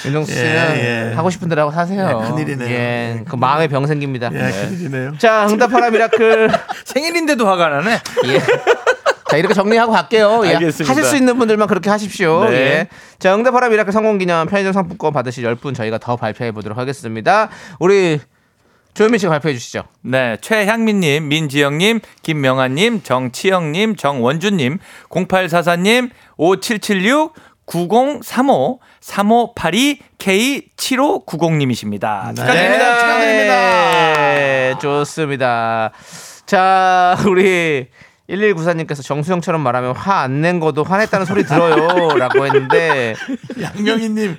윤정수 씨는 예, 예. 하고 싶은 대로 하고 사세요 예, 큰일이네요. 예, 그 마음의 병 생깁니다 예, 큰일이네요. 자 응답하라 미라클 생일인데도 화가 나네. 예. 자 이렇게 정리하고 갈게요. 예. 알겠습니다. 하실 수 있는 분들만 그렇게 하십시오. 네. 예. 자 응답하라 미라클 성공기념 편의점 상품권 받으실 10분 저희가 더 발표해 보도록 하겠습니다. 우리 조현민 씨가 발표해 주시죠. 네, 최향민님, 민지영님, 김명아님, 정치영님, 정원주님, 0844님, 5776, 9035, 3582, K7590님이십니다. 네. 축하드립니다. 네, 좋습니다. 예, 자, 우리 1194님께서 정수영처럼 말하면 화 안 낸 거도 화냈다는 소리 들어요. 라고 했는데. 양명희님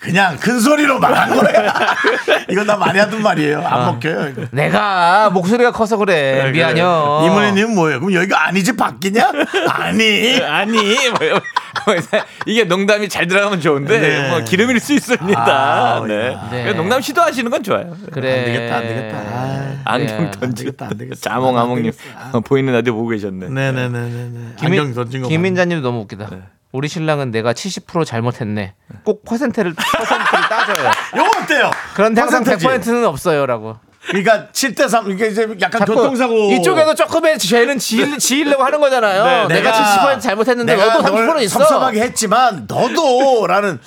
그냥 큰 소리로 말한 거야. 이건 나 많이 하던 말이에요. 안 먹혀요. 이거. 내가 목소리가 커서 네, 그래. 미안해요. 네. 이문희님 뭐예요? 그럼 여기가 아니지 바뀌냐? 아니. 네. 아니 뭐요? 이게 농담이 잘 들어가면 좋은데 네. 뭐 기름일 수 있습니다. 아, 네. 야. 그러니까 농담 시도하시는 건 좋아요. 그래. 안 되겠다 안 되겠다. 아, 안경 네. 던지고 되겠다, 안 되겠어. 자몽아몽님 어, 보이는 라디오 보고 계셨네. 네네네네. 김인- 안경 던진 거. 네. 김인자님도 너무 웃기다. 우리 신랑은 내가 70% 잘못했네. 꼭 퍼센트를 퍼센트를 따져요. 봐. 요거 어때요? 그런데 항상 퍼센트지? 100%는 없어요라고. 그러니까 7대3 이게 이제 약간 자꾸 교통사고 네. 이쪽에도 조금의 죄는 지을, 지으려고 하는 거잖아요. 내가 70% 잘못했는데 너도 널 30% 있어. 섭섭하게 했지만 너도라는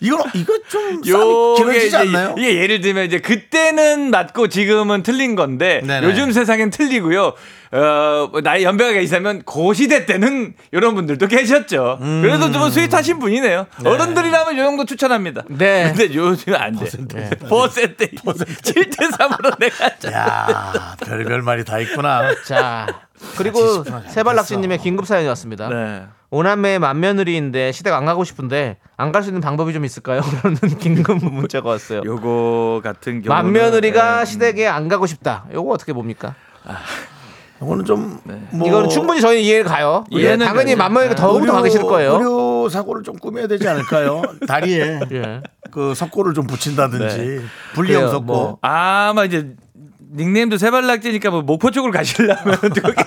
이건 이거 좀 쌈이 요게 길어지지 이제 않나요? 이게 예를 들면 이제 그때는 맞고 지금은 틀린 건데 네네. 요즘 세상엔 틀리고요. 어, 나이 연배가 있으면 고시대 때는 이런 분들도 계셨죠. 음. 그래도 좀 스윗하신 분이네요. 어른들이라면 요 정도 추천합니다. 네. 근데 요즘 안 돼. 버센테 7대 3으로 내가 야 별별 말이 다 있구나. 자 아, 그리고 세발락지님의 긴급 사연이 왔습니다. 네. 오남매의 만며느리인데 시댁 안 가고 싶은데 안 갈 수 있는 방법이 좀 있을까요? 라는 긴급 문자가 왔어요. 요거 같은 네. 경우 네, 만며느리가 시댁에 안 가고 싶다. 요거 어떻게 봅니까? 이거는 좀 뭐, 네. 이거는 충분히 저희 이해를 가요. 예, 이해는 당연히 되죠. 만만하게 더욱더 아, 가기 싫을 거예요. 의료 사고를 좀 꾸며야 되지 않을까요? 다리에 예. 네. 그 석고를 좀 붙인다든지 그래요, 불리형 석고. 뭐. 아마 이제 닉네임도 세발낙지니까 뭐 목포 쪽으로 가시려면 그렇게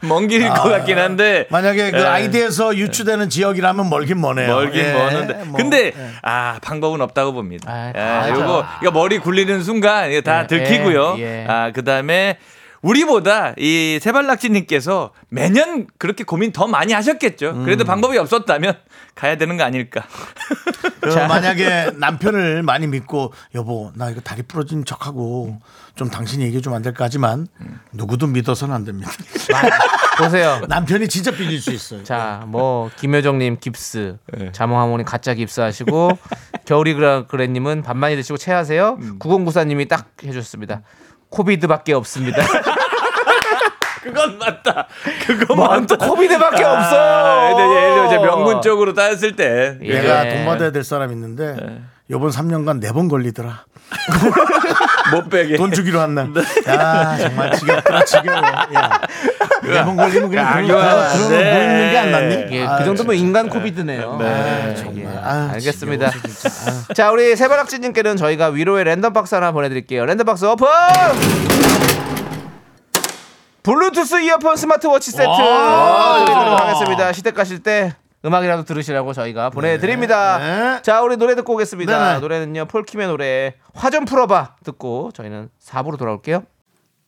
먼먼 길일 아, 것 같긴 한데 만약에 그 네. 예. 아이디에서 유추되는 지역이라면 멀긴 머네요. 멀긴 예, 머는데 뭐, 근데 예. 아 방법은 없다고 봅니다. 아, 예, 맞아. 요거 그러니까 머리 굴리는 순간 이거 다 예, 들키고요. 예, 예. 아 그다음에 우리보다 이 세발낙지님께서 매년 그렇게 고민 더 많이 하셨겠죠. 음. 그래도 방법이 없었다면 가야 되는 거 아닐까. 그 만약에 남편을 많이 믿고 여보 나 이거 다리 부러진 척하고 좀 당신이 얘기 좀 안 될까 하지만 누구도 믿어서는 안 됩니다. 보세요. 남편이 진짜 삐질 수 있어요. 자, 뭐 김효정님 깁스, 자몽하모님 가짜 깁스하시고 겨울이 그라 그래님은 밥 많이 드시고 체하세요. 구공구사님이 딱 해주셨습니다. 코비드밖에 없습니다. 그건 맞다. 그건 뭔 뭐, 또 맞다. 코비드밖에 아, 없어. 근데 예를 들어 이제 명문 쪽으로 따졌을 때 예. 네. 내가 돈 받아야 될 사람 있는데 요번 3년간 4번 걸리더라. 못 빼게. 돈 주기로 한 날. 야 정말 지겹더라 지겨워. 야. 4번 걸리면 그냥 아, 그런 이거 거 안 그런 돼. 거 보이는 게 안 낫니? 예, 아, 그 정도면 인간 코비드네요. 아, 정말. 예. 아, 알겠습니다. 자, 우리 세바락지님께는 저희가 위로의 랜덤 박스 하나 보내드릴게요. 랜덤 박스 오픈! 블루투스 이어폰 스마트워치 세트 드리도록 하겠습니다. 시댁 가실 때 음악이라도 들으시라고 저희가 보내드립니다. 네. 자, 우리 노래 듣고 오겠습니다. 네네. 노래는요, 폴킴의 노래 화 좀 풀어봐 듣고 저희는 4부로 돌아올게요.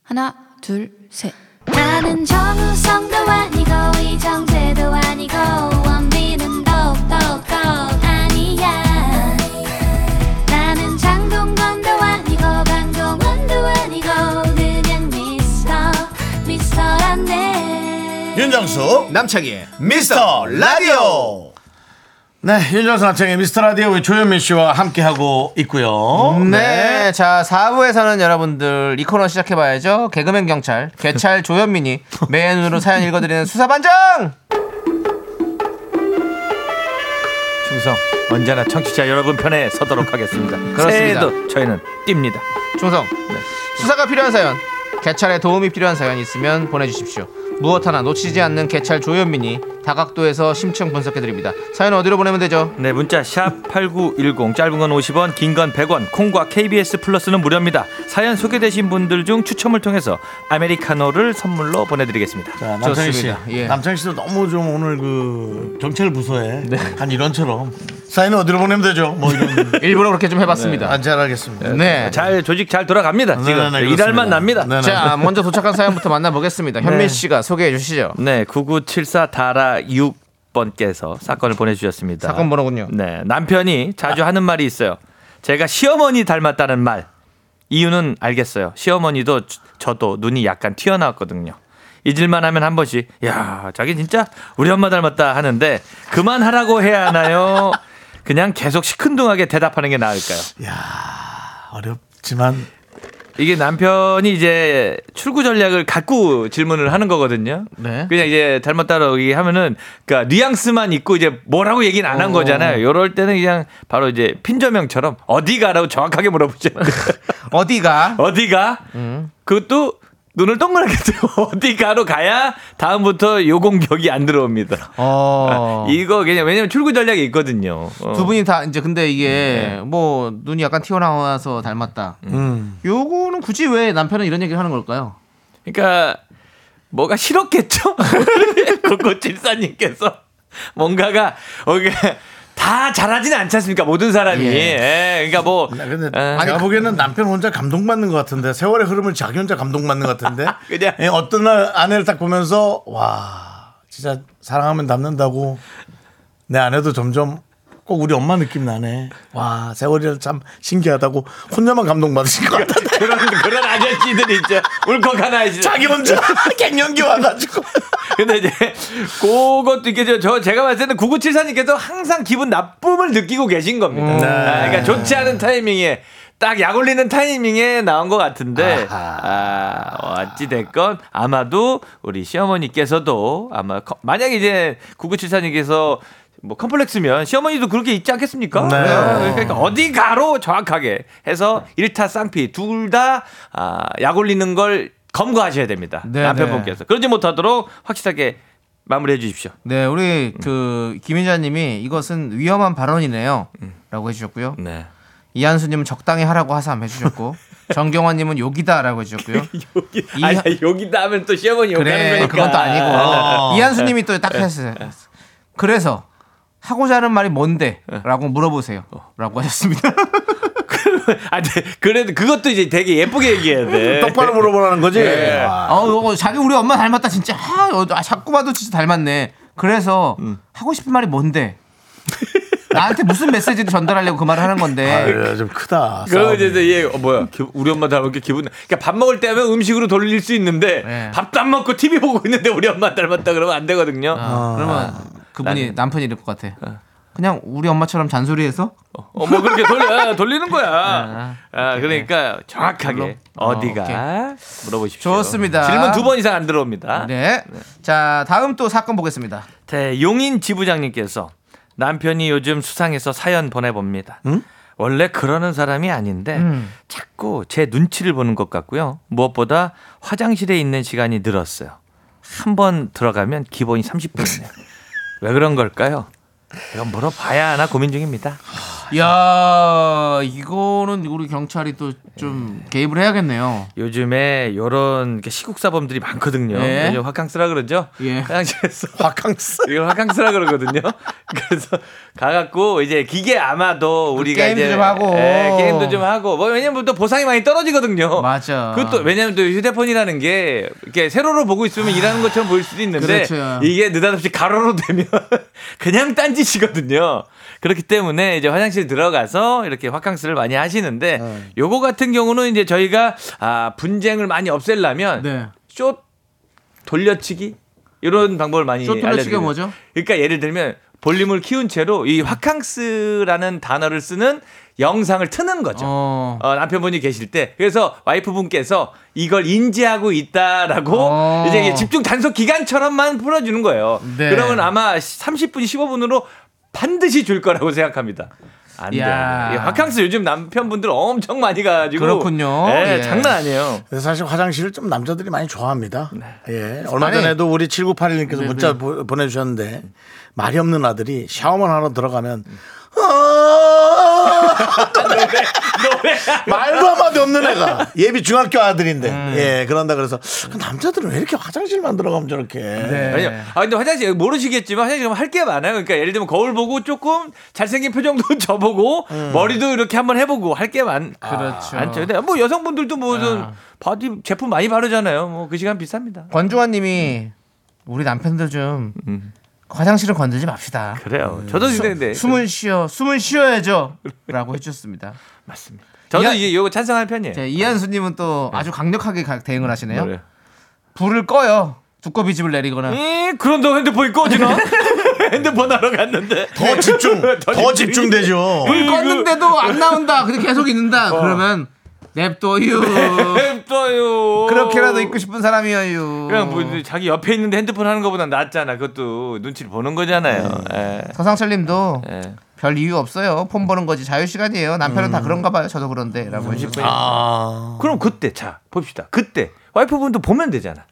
하나 둘셋 나는 정우성도 아니고 이정재도 아니고 원빈은 더욱더 아니야 나는 장동건도 아니고 방종원도 아니고 그냥 미스터 미스터란데 윤정수 남창희의 미스터 라디오 네 윤정수 남창희의 미스터 라디오 우리 조현민 씨와 함께하고 있고요 네. 자, 4부에서는 여러분들 이 코너 시작해봐야죠. 개그맨 경찰, 개찰 조현민이 맨으로 사연 읽어드리는 수사반장! 충성 언제나 청취자 여러분 편에 서도록 하겠습니다. 그렇습니다. 새해에도 저희는 뜁니다. 충성. 네. 수사가 필요한 사연, 개찰에 도움이 필요한 사연이 있으면 보내주십시오. 무엇 하나 놓치지 않는 개찰 조현민이 다각도에서 심층 분석해드립니다. 사연 어디로 보내면 되죠? 네 문자 샵 8910 짧은 건 50원 긴 건 100원 콩과 KBS 플러스는 무료입니다. 사연 소개되신 분들 중 추첨을 통해서 아메리카노를 선물로 보내드리겠습니다. 자, 남창희 씨 좋습니다. 예. 남창희 씨도 너무 좀 오늘 그 경찰 부서에 한 이런처럼 사인은 어디로 보내면 되죠 뭐 이런 일부러 그렇게 좀 해봤습니다. 안잘 아, 알겠습니다 네. 잘 조직 잘 돌아갑니다. 지금 네네네, 일할만 그렇습니다. 납니다. 네네. 자, 먼저 도착한 사연부터 만나보겠습니다. 현민 씨가 소개해 주시죠. 네 9974 다라 6번께서 사건을 보내주셨습니다. 사건 뭐- 번호군요. 네, 남편이 자주 하는 말이 있어요. 제가 시어머니 닮았다는 말. 이유는 알겠어요. 시어머니도 저- 저도 눈이 약간 튀어나왔거든요. 잊을만 하면 한 번씩 야, 자기 진짜 우리 엄마 닮았다 하는데 그만하라고 해야 하나요? 그냥 계속 시큰둥하게 대답하는 게 나을까요? 어렵지만 이게 남편이 이제 출구 전략을 갖고 질문을 하는 거거든요. 네. 그냥 이제 잘못따라 기 하면은 그러니까 뉘앙스만 있고 이제 뭐라고 얘기는 안 한 어. 거잖아요. 이럴 때는 그냥 바로 이제 핀저명처럼 어디가라고 정확하게 물어보죠. 어디가? 어디가? 그것도 눈을 동그랗게 뜨고 어디가로 가야 다음부터 요 공격이 안 들어옵니다. 어. 이거 그냥 왜냐면 출구 전략이 있거든요. 어. 두 분이 다 이제 근데 이게 네. 뭐 눈이 약간 튀어나와서 닮았다. 음. 요거는 굳이 왜 남편은 이런 얘기를 하는 걸까요? 그러니까 뭐가 싫었겠죠? 그거 질사님께서 뭔가가 어게 다 잘하진 않지 않습니까? 모든 사람이. 예. 그러니까 뭐 나 근데 에. 제가 보기에는 남편 혼자 감동받는 것 같은데 세월의 흐름을 자기 혼자 감동받는 것 같은데 그냥. 예, 어떤 날 아내를 딱 보면서 와 진짜 사랑하면 닮는다고 내 아내도 점점 꼭 우리 엄마 느낌 나네 와 세월이 참 신기하다고 혼자만 감동받으신 것 같다 그런 그런 아저씨들 있죠. 울컥 하나 이제. 자기 혼자 갱년기 와가지고 근데 이제 그것도 있겠죠. 저 제가 봤을 때는 9974님께서 항상 기분 나쁨을 느끼고 계신 겁니다. 아, 그러니까 좋지 않은 타이밍에 딱 약 올리는 타이밍에 나온 것 같은데 아, 어찌 됐건 아마도 우리 시어머니께서도 아마 컴- 만약에 이제 9974님께서 뭐 컴플렉스면 시어머니도 그렇게 있지 않겠습니까? 네. 네. 그러니까 어디 가로 정확하게 해서 일타 쌍피 둘 다 아, 약 올리는 걸 검거하셔야 됩니다. 네, 남편분께서 그러지 못하도록 확실하게 마무리해 주십시오. 네, 우리 그 김인자님이 이것은 위험한 발언이네요. 라고 해주셨고요. 네. 이한수님은 적당히 하라고 하삼 해주셨고 정경환님은 욕이다라고 해주셨고요. 이- 아니 여기다 하면 또 시어머니 욕하는 그래 거니까. 그건 또 아니고 어. 이한수님이 또 딱 했어요. 그래서 하고자 하는 말이 뭔데라고 물어보세요라고 하셨습니다. 아, 네. 그래도 그것도 이제 되게 예쁘게 얘기해야 돼. 똑바로 물어보라는 거지 네. 와. 아, 이거 자기 우리 엄마 닮았다 진짜. 아, 어, 아, 자꾸 봐도 진짜 닮았네. 그래서 하고 싶은 말이 뭔데? 나한테 무슨 메시지를 전달하려고 그 말을 하는 건데. 아유, 좀 크다 그러면 싸움이. 이제 이제 얘 어, 뭐야 기- 우리 엄마 닮았게 기분 그러니까 밥 먹을 때 하면 음식으로 돌릴 수 있는데 네. 밥도 안 먹고 TV 보고 있는데 우리 엄마 닮았다 그러면 안 되거든요. 아, 그러면 그분이 남편이 이럴 것 같아. 그냥 우리 엄마처럼 잔소리해서 어, 뭐 그렇게 돌려 돌리는 거야. 아, 그러니까 정확하게 어, 어디가 물어보십시오. 좋습니다. 질문 두 번 이상 안 들어옵니다. 네. 자, 다음 또 사건 보겠습니다. 대 용인 지부장님께서 남편이 요즘 수상해서 사연 보내봅니다. 원래 그러는 사람이 아닌데 자꾸 제 눈치를 보는 것 같고요. 무엇보다 화장실에 있는 시간이 늘었어요. 한 번 들어가면 기본이 30분이네요. 왜 그런 걸까요? 이건 물어봐야 하나 고민 중입니다. 아. 야, 이거는 우리 경찰이 또 좀 네. 개입을 해야겠네요. 요즘에 요런 게 시국사범들이 많거든요. 예. 요즘 화캉스라 그러죠? 예. 화장실에서 바캉스 이걸 화캉스라 그러거든요. 그래서 가갖고 이제 기계 아마도 우리가 그 게임도 이제 좀 하고. 예, 게임도 좀 하고 뭐 왜냐면 또 보상이 많이 떨어지거든요. 맞아. 아. 그것도 왜냐면 또 휴대폰이라는 게 이렇게 세로로 보고 있으면 일하는 것처럼 보일 수도 있는데 그렇죠. 이게 느닷없이 가로로 되면 그냥 딴짓이거든요. 그렇기 때문에 이제 화장실 들어가서 이렇게 화캉스를 많이 하시는데 네. 요거 같은 경우는 이제 저희가 아, 분쟁을 많이 없애려면 네. 숏 돌려치기 이런 방법을 많이 숏 돌려치기가 예, 알려드리고. 뭐죠? 그러니까 예를 들면 볼륨을 키운 채로 이 화캉스라는 단어를 쓰는 영상을 트는 거죠. 어. 어, 남편분이 계실 때 그래서 와이프분께서 이걸 인지하고 있다라고 어. 이제 이게 집중 단속 기간처럼만 풀어주는 거예요. 네. 그러면 아마 30분 15분으로 반드시 줄 거라고 생각합니다. 안 돼요. 이야. 이 화캉스 요즘 남편분들 엄청 많이 가지고 그렇군요. 예, 예. 장난 아니에요. 근데 사실 화장실을 좀 남자들이 많이 좋아합니다. 예. 얼마 전에도 네, 우리 7981님께서 문자 보- 보내주셨는데 말이 없는 아들이 샤워만 하러 들어가면 아~ 말도 한마디 없는 애가 예비 중학교 아들인데 예 그런다 그래서 그 남자들은 왜 이렇게 화장실만 들어가면 저렇게 네. 아니요. 아 근데 화장실 모르시겠지만 화장실 가면 할 게 많아요. 그러니까 예를 들면 거울 보고 조금 잘생긴 표정도 저보고 음. 머리도 이렇게 한번 해보고 할 게 많. 그렇죠. 많죠. 근데 뭐 여성분들도 무슨 아. 바디 제품 많이 바르잖아요. 뭐 그 시간 비쌉니다. 권중환 님이 우리 남편들 좀 음. 화장실을 건들지 맙시다. 그래요. 음. 저도 근데 숨은 쉬어, 숨은 쉬어야죠. 라고 해주셨습니다. 맞습니다. 저도 이하- 이게 요거 찬성하는 편이에요. 자, 이한수님은 또 네. 아주 강력하게 가- 대응을 하시네요. 뭐래요? 불을 꺼요. 두꺼비 집을 내리거나. 음, 그럼 너 핸드폰이 꺼지나? 핸드폰 하러 갔는데 더 집중 더 집중되죠. 그 어. 불 껐는데도 안 나온다. 근데 계속 있는다. 그러면 냅둬유. 네. 냅둬요. 그렇게라도 있고 음. 싶은 사람이어유. 그냥 뭐 이제 자기 옆에 있는데 핸드폰 하는 것보다 낫잖아. 그것도 눈치를 보는 거잖아요. 음. 예. 서상철님도 예. 별 이유 없어요. 폰 보는 거지 자유 시간이에요. 남편은 음. 다 그런가 봐요. 저도 그런데라고 해주셨고요. 아. 그럼 그때 자 봅시다. 그때 와이프분도 보면 되잖아.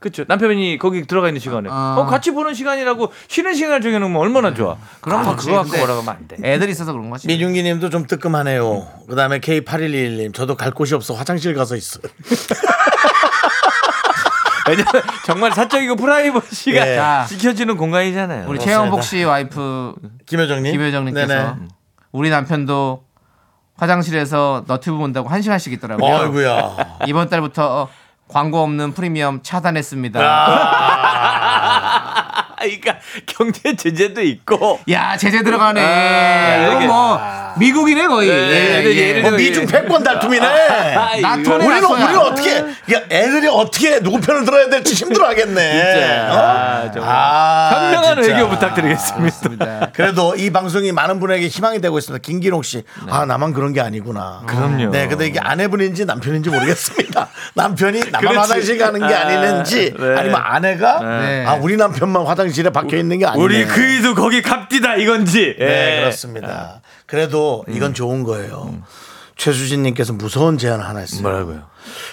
그렇죠. 남편이 거기 들어가 있는 시간에 아. 어, 같이 보는 시간이라고 쉬는 시간을 정해놓으면 얼마나 좋아. 그럼 아, 그렇지. 그거 갖고 근데 뭐라고 하면 안 돼. 애들 있어서 그런 거지. 민윤기 님도 좀 뜨끔하네요. 그 다음에 K8121님, 저도 갈 곳이 없어 화장실 가서 있어. 왜냐면 정말 사적이고 프라이버시가 예. 자, 지켜지는 공간이잖아요. 우리 최영복 씨 와이프 네? 김효정님. 김효정님께서 네네. 우리 남편도 화장실에서 너튜브 본다고 한 시간씩 있더라고요. 아이고야. 이번 달부터 광고 없는 프리미엄 차단했습니다. 아. 아, 그러니까 경제 제재도 있고. 야 제재 들어가네. 아, 이건 이게- 뭐 미국이네 거의. 예, 예, 예를 어, 들어- 미중 패권 아, 다툼이네. 이거- 나토네 우리는 나토야. 우리는 어떻게 야, 애들이 어떻게 누구 편을 들어야 될지 힘들어하겠네. 진짜. 어? 아, 정말. 아, 현명한 진짜. 외교 부탁드리겠습니다. 그렇습니다. 그래도 이 방송이 많은 분에게 희망이 되고 있습니다. 김기록 씨, 아 나만 그런 게 아니구나. 네. 그럼요. 네, 근데 이게 아내분인지 남편인지 모르겠습니다. 남편이 나만 그렇지. 화장실 가는 게 아, 아니는지 네. 아니면 아내가 네. 아 우리 남편만 화장실에 박혀 있는 게 아니네. 우리 그이도 거기 갑디다 이건지. 네, 음. 예. 그렇습니다. 그래도 이건 좋은 거예요. 최수진님께서 무서운 제안 하나 했어요. 뭐라고요?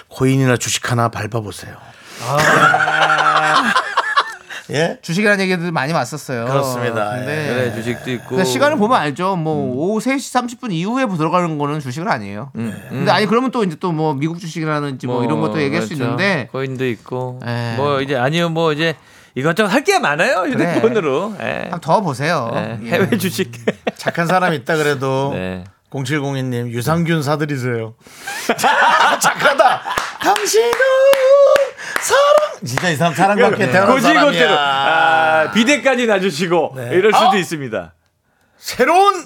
코인이나 주식 하나 밟아보세요. 아. 예? 주식이라는 얘기들 많이 왔었어요. 그렇습니다. 예. 그래, 주식도 있고. 근데 그러니까 시간을 보면 알죠. 뭐 오후 3시 30분 이후에 들어가는 거는 주식은 아니에요. 음. 근데 아니 그러면 또 이제 또 뭐 미국 주식이라든지 뭐, 이런 것도 얘기할 수 그렇죠. 있는데 코인도 있고. 예. 뭐 이제 아니요 뭐 이제 이것저것 할 게 많아요 휴대폰으로. 예. 한번 더 보세요. 예. 음. 해외 주식. 착한 사람 있다 어? 그래도 네. 0702님 유산균 사드리세요. 착하다. 당신은 사랑. 진짜 이 사람 사랑받게 태어난 고지고대로 사람이야. 어? 아, 비대까지 놔주시고 네. 이럴 수도 있습니다. 새로운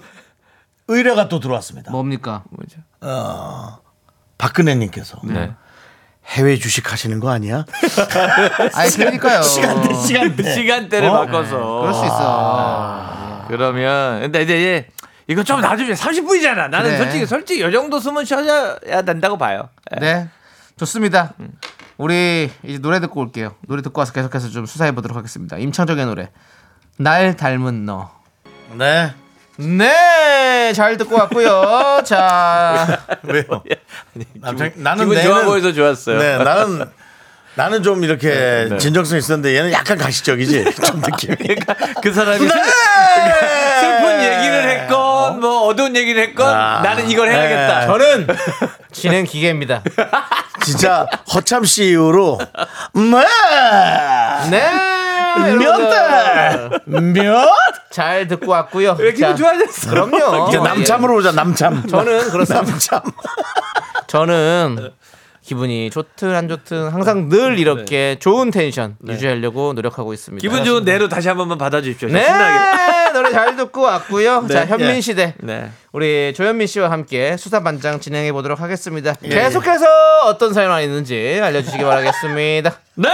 의뢰가 또 들어왔습니다. 뭡니까? 어, 박근혜님께서 네. 해외 주식 하시는 거 아니야? 아니 그러니까요. 시간대 시간대. 시간대를 어? 바꿔서. 그럴 수 있어. 그러면 근데 이제 예. 이거 좀 놔주세요. 30분이잖아. 나는 그래. 솔직히 솔직히 요 정도 숨은 쉬어야 된다고 봐요. 예. 네. 좋습니다. 우리 이제 노래 듣고 올게요. 노래 듣고 와서 계속해서 좀 수사해 보도록 하겠습니다. 임창정의 노래. 날 닮은 너. 네. 네, 잘 듣고 왔고요. 자, 왜요? 남창- 나는 기분 좋아 내는- 보여서 좋았어요. 네, 나는 나는 좀 네, 이렇게 진정성 있었는데 얘는 약간 가시적이지. 좀 느낌이. 네! 그 사람이 네. 슬- 슬픈 얘기를 했건 뭐 어두운 얘기를 했건 아. 나는 이걸 해야겠다. 네. 저는 진행 기계입니다. 진짜 허참 씨 이후로 뭐 네. 면대 면 잘 듣고 왔고요. 왜 자, 기분 좋아졌어? 예. 뭐. 그럼요. 예, 이제 남참으로 오자 남참. 저는 그렇습니다. 남참. 예. 저는 기분이 좋든 안 좋든 항상 늘 이렇게 좋은 텐션 유지하려고 노력하고 있습니다. 네. 기분 좋은 대로 다시 한 번만 받아주십시오. 네, 신나게. 노래 잘 듣고 왔고요. 자, 현민 시대. 네. 우리 조현민 씨와 함께 수사반장 진행해 보도록 하겠습니다. 예. 계속해서 어떤 사연 이 있는지 알려주시기 바라겠습니다. 네.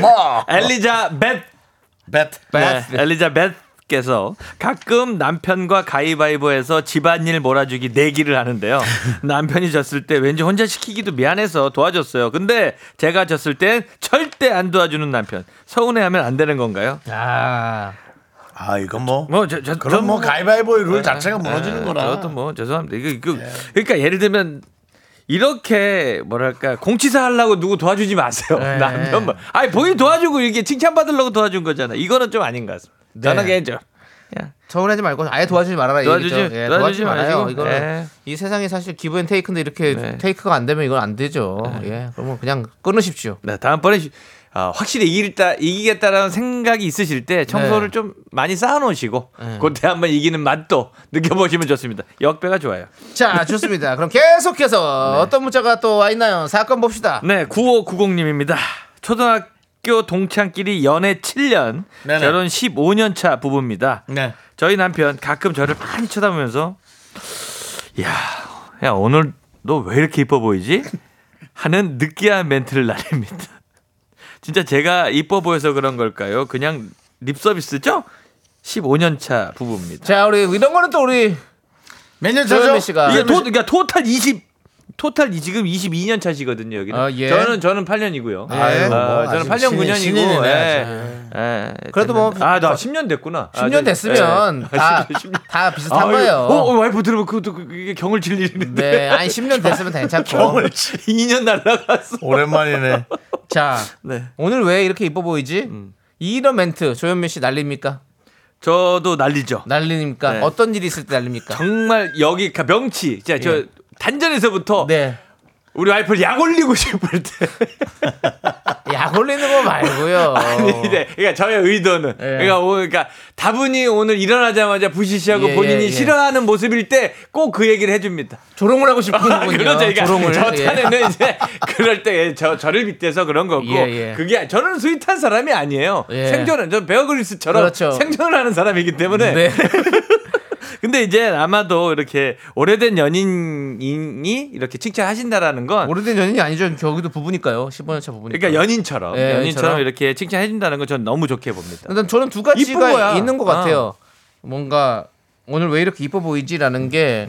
뭐? 엘리자 벳. 뱃. 뭐? 네. 엘리자 벳께서 가끔 남편과 가위바위보해서 집안일 몰아주기 내기를 하는데요. 남편이 졌을 때 왠지 혼자 시키기도 미안해서 도와줬어요. 근데 제가 졌을 땐 절대 안 도와주는 남편. 서운해하면 안 되는 건가요? 아, 아 이건 뭐 뭐 저, 저, 네. 그럼 전 뭐 가위바위보의 룰 네, 자체가 네, 무너지는 네, 거라. 저것도 뭐 죄송합니다. 이거, 이거 그러니까 예를 들면 이렇게 뭐랄까 공치사 하려고 누구 도와주지 마세요. 네. 남편 뭐 아니 본인 도와주고 이렇게 칭찬 받으려고 도와준 거잖아. 이거는 좀 아닌 것 같습니다. 저는 개인적 서운하지 말고 아예 도와주지 말아라. 이 도와주지- 얘기죠. 예, 도와주지 도와주지 말아요. 마시고. 이거는 예. 이 세상에 사실 기브 앤 테이크인데 이렇게 네. 테이크가 안 되면 이건 안 되죠. 예, 그러면 그냥 끊으십시오. 네, 다음번에 휴- 아, 확실히 이길다 이기겠다라는 생각이 있으실 때 청소를 네. 좀 많이 쌓아놓으시고 그때 한번 이기는 맛도 느껴보시면 좋습니다. 역배가 좋아요. 자, 좋습니다. 그럼 계속해서 어떤 문자가 또 와 있나요? 사건 봅시다. 네, 9590님입니다. 초등학교 동창끼리 연애 7년, 네네. 결혼 15년 차 부부입니다. 네. 저희 남편 가끔 저를 많이 쳐다보면서 야, 야 오늘 너 왜 이렇게 이뻐 보이지? 하는 느끼한 멘트를 날립니다. 진짜 제가 이뻐 보여서 그런 걸까요? 그냥 립 서비스죠? 15년 차 부부입니다. 자, 우리 이런 거는 또 우리 몇년 조현민 차죠? 씨가 이게 토, 그러니까 토탈 20 토탈 이- 지금 22년 차시거든요 여기는. 아, 예. 저는 저는 8년이고요. 아유, 뭐 저는 아직 8년 신인, 9년이고. 예. 신인이네, 그래도 뭐- 아나 네. 예. 10년 됐구나. 10년 됐으면 다, 다 비슷한 거예요. 어, 어, 와이프 들으면 그것도 그- 그게 경을 질 일인데. 네, 아니 10년 됐으면 괜찮고. 2년 날라갔어. 오랜만이네. 자, 네. 오늘 왜 이렇게 이뻐 보이지? 음. 이런 멘트 조현민 씨 날립니까? 저도 날리죠. 날립니까? 네. 어떤 일이 있을 때 날립니까? 정말 여기 가- 명치. 진짜 저 예. 단전에서부터 네. 우리 와이프를 약 올리고 싶을 때. 약 올리는 거 말고요. 아니, 네. 그러니까 저의 의도는 어. 예. 그러니까, 오, 그러니까 다분히 오늘 일어나자마자 부시시하고 예, 본인이 예, 예. 싫어하는 모습일 때 꼭 그 얘기를 해줍니다. 조롱을 하고 싶은군요. 아, 그런 저희가 조롱을. 저 예. 탄에는 이제 그럴 때 저 저를 빗대서 그런 거고 예, 예. 그게 저는 스윗한 사람이 아니에요. 예. 생존은 저 베어그리스처럼 그렇죠. 생존을 하는 사람이기 때문에 네. 근데 이제 아마도 이렇게 오래된 연인이 이렇게 칭찬하신다라는 건 오래된 연인이 아니죠. 여기도 부부니까요. 15년 차 부부니까. 그러니까 연인처럼 예, 연인처럼 연인처럼. 이렇게 칭찬해준다는 건 전 너무 좋게 봅니다. 일단 아, 저는 두 이쁜 거야. 가지가 있는 것 아. 같아요. 뭔가 오늘 왜 이렇게 이뻐 보이지라는 게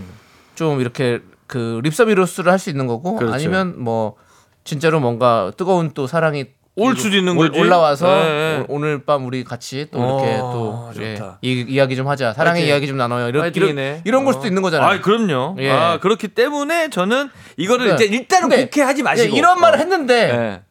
좀 이렇게 그 립서비로스를 할 수 있는 거고 그렇죠. 아니면 뭐 진짜로 뭔가 뜨거운 또 사랑이 올 수도 있는 올- 거지. 올라와서 예, 예. 오- 오늘 밤 우리 같이 또 이렇게 어, 또 예, 좋다. 이, 이야기 좀 하자. 사랑의 파이팅. 이야기 좀 나눠요. 이렇게, 파이팅이네. 이런, 이런 걸 수도 어. 있는 거잖아요. 아, 그럼요. 예. 아, 그렇기 때문에 저는 이거를 네. 이제 일단은 근데 국회 하지 마시고 예, 이런 말을 했는데 예.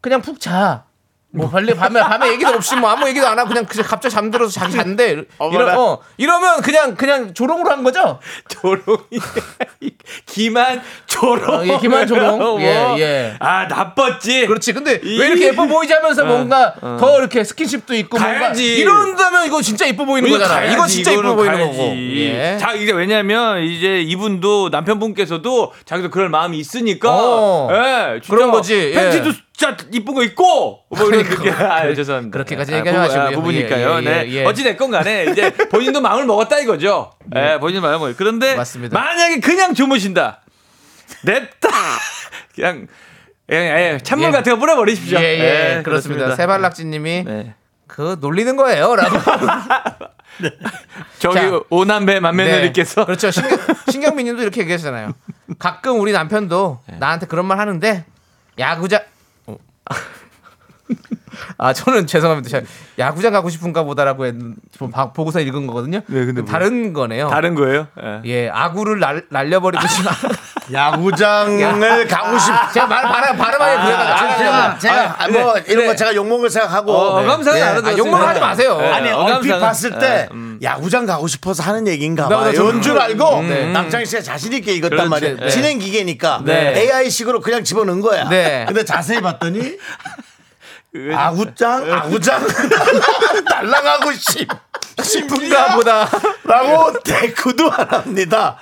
그냥 푹 자. 뭐 별일 밤에 밤에 얘기도 없이 뭐 아무 얘기도 안 하고 그냥 그 갑자기 잠들어서 자기 잔데 이러, 어, 이러면 그냥 그냥 조롱으로 한 거죠? 조롱이 기만 조롱. 어, 예, 기만 조롱. 예, 뭐. 예. 그렇죠. 아 나빴지. 그렇지. 근데 이- 어, 왜 이렇게 예뻐 보이지 하면서 뭔가 더 이렇게 스킨십도 있고 가야지. 뭔가 이런다면 이거 진짜 예뻐 보이는 이거 거잖아. 가야지, 이거 진짜 예뻐 이거는 보이는 가야지. 거고. 예. 자 이제 왜냐면 이제 이분도 남편분께서도 자기도 그럴 마음이 있으니까 어. 예, 진짜 그런 거지, 예. 팬티도 진짜 이쁜 거 입고 뭐 이런 그러니까. 그게 아 죄송합니다. 그렇게까지 아, 얘기하지 부부- 마시고요. 아, 부부니까요. 예, 예, 예, 네. 예. 어찌 됐건 간에 이제 본인도 마음을 먹었다 이거죠. 예, 본인 마음을 먹- 그런데 네. 맞습니다. 만약에 그냥 주무신다. 냅다 그냥 그냥 예, 찬물 예. 같은 거 뿌려버리십시오. 예, 예. 그렇습니다. 세발락지님이 네. 그 놀리는 거예요라고. 저기 자. 오남배 만매너리께서 그렇죠. 신경, 신경민님도 이렇게 얘기하잖아요. 가끔 우리 남편도 네. 나한테 그런 말 하는데 야구장 어. 아 저는 죄송합니다. 제가 야구장 가고 싶은가 보다라고 했, 좀 봐- 보고서 읽은 거거든요. 네, 근데 뭐예요? 다른 거네요. 다른 거예요? 예. 예, 아구를 날, 날려버리고 싶어. 야구장을 가고 싶. 제가 말 발음 발음하게 아, 그래가지고 제가 제가 뭐 이런 거 네. 제가 욕먹을 생각하고 어, 감사는 네. 안 아, 하죠. 욕만 하지 마세요. 아니 네, 얼핏 어감상은- 봤을 때 야구장 가고 싶어서 하는 얘기인가 나보다 봐요. 좀- 이런 줄 알고 네. 남창희 씨가 자신 있게 읽었단 그렇지. 말이에요. 네. 진행 기계니까 네. AI식으로 그냥 집어넣은 거야. 네. 근데 자세히 봤더니 아구장 아구장 날라가고 싶 가 싶은가 보다. 보다라고 대꾸도 안 합니다.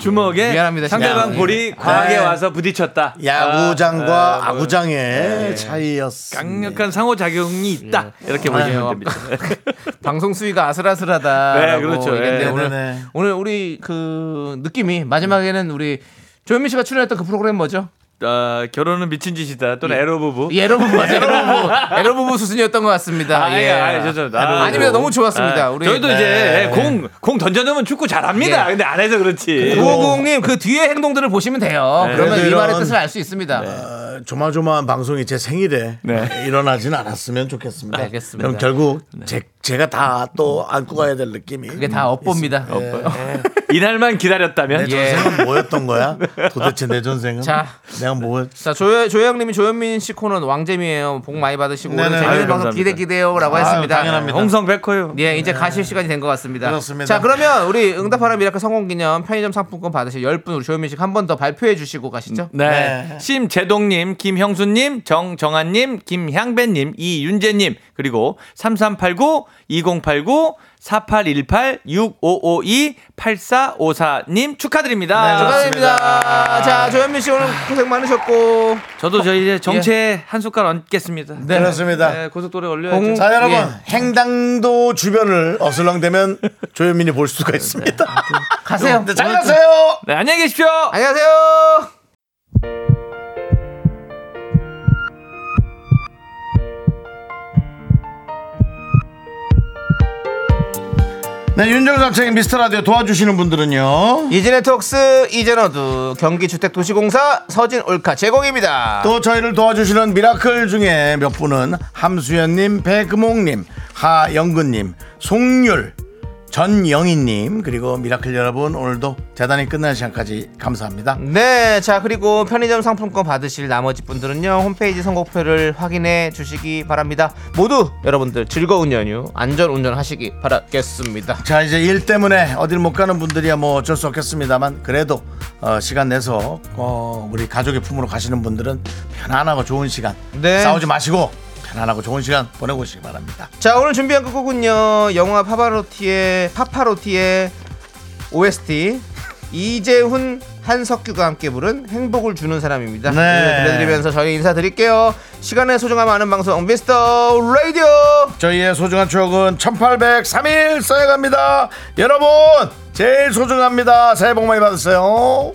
주먹에 미안합니다, 상대방 진짜. 예. 볼이 과하게 네. 와서 부딪혔다. 야구장과 아, 아, 구장의 차이였어. 강력한 상호작용이 있다. 예. 이렇게 아, 보시면 됩니다. 방송 수위가 아슬아슬하다. 네, 그렇죠. 얘기했는데 예. 오늘 네네. 오늘 우리 그 느낌이 마지막에는 우리 조현민 씨가 출연했던 그 프로그램 뭐죠? 아, 결혼은 미친 짓이다. 또는 예. 에러 부부. 이 에러부부 맞아요. 에러부부 에러부부 수순이었던 것 같습니다. 아, 예. 예, 아, 저, 저, 나- 아닙니다. 너무 좋았습니다. 우리 저희도 네. 이제 예, 공, 공 던져놓으면 축구 잘합니다. 예. 근데 안 해서 그렇지. 네. 구호공님 그 뒤에 행동들을 보시면 돼요. 그러면 그래도 이 말의 이런- 뜻을 알 수 있습니다. 어, 조마조마한 방송이 제 생일에 네. 일어나진 않았으면 좋겠습니다. 알겠습니다. 그럼 결국 제, 제가 다 또 안고 가야 될 느낌이. 음, 그게 다 업보입니다. 음, 예. 이날만 네, 기다렸다면. 내 전생은 뭐였던 거야? 도대체 내 전생은? 자. 내가 뭐 자 조여 조영님이 조현민 씨 코너는 왕잼이에요. 복 많이 받으시고 오늘 네네. 재밌는 아유, 방송 감사합니다. 기대 기대요라고 아유, 했습니다. 당연합니다. 네. 홍성 백호요. 예, 이제 가실 시간이 된 것 같습니다. 그렇습니다. 자, 그러면 우리 응답하라 미라클 성공 기념 편의점 상품권 받으실 10분 우리 조현민 씨한 번 더 발표해 주시고 가시죠. 네. 네. 심재동님, 김형수님, 정정한님, 김향배님, 이윤재님, 그리고 3389, 2089, 4818, 6552, 8454님 축하드립니다. 축하드립니다. 자, 조현민 씨 오늘 고생 많으셨고 저도 저희 이제 정체에 한 숟갈 얹겠습니다. 네. 그렇습니다. 예. 네, 고속도로에 올려야죠. 공- 자 여러분 예. 행당도 주변을 어슬렁대면 조현민이 볼 수가 있습니다. 가세요. 잘 가세요. 네, 안녕히 계십시오. 안녕하세요. 네, 네, 윤정수 남창의 미스터 라디오 도와주시는 분들은요. 이지네트웍스 이젠어두 경기주택도시공사 서진올카 제공입니다. 또 저희를 도와주시는 미라클 중에 몇 분은 함수연님, 배금옥님, 하영근님, 송율, 전영희님, 그리고 미라클 여러분 오늘도 대단히 끝날 시간까지 감사합니다. 네, 자 그리고 편의점 상품권 받으실 나머지 분들은요 홈페이지 선곡표를 확인해 주시기 바랍니다. 모두 여러분들 즐거운 연휴 안전 운전하시기 바라겠습니다. 자 이제 일 때문에 어딜 못 가는 분들이야 뭐 어쩔 수 없겠습니다만 그래도 어, 시간 내서 어, 우리 가족의 품으로 가시는 분들은 편안하고 좋은 시간 네. 싸우지 마시고 편안하고 좋은 시간 보내고 오시기 바랍니다. 자 오늘 준비한 곡은요 영화 파바로티의 파파로티의 OST 이재훈 한석규가 함께 부른 행복을 주는 사람입니다. 네. 이 노래 들려드리면서 저희 인사드릴게요. 시간의 소중함 아는 방송 미스터 라디오. 저희의 소중한 추억은 1803일 쌓여갑니다. 여러분 제일 소중합니다. 새해 복 많이 받으세요.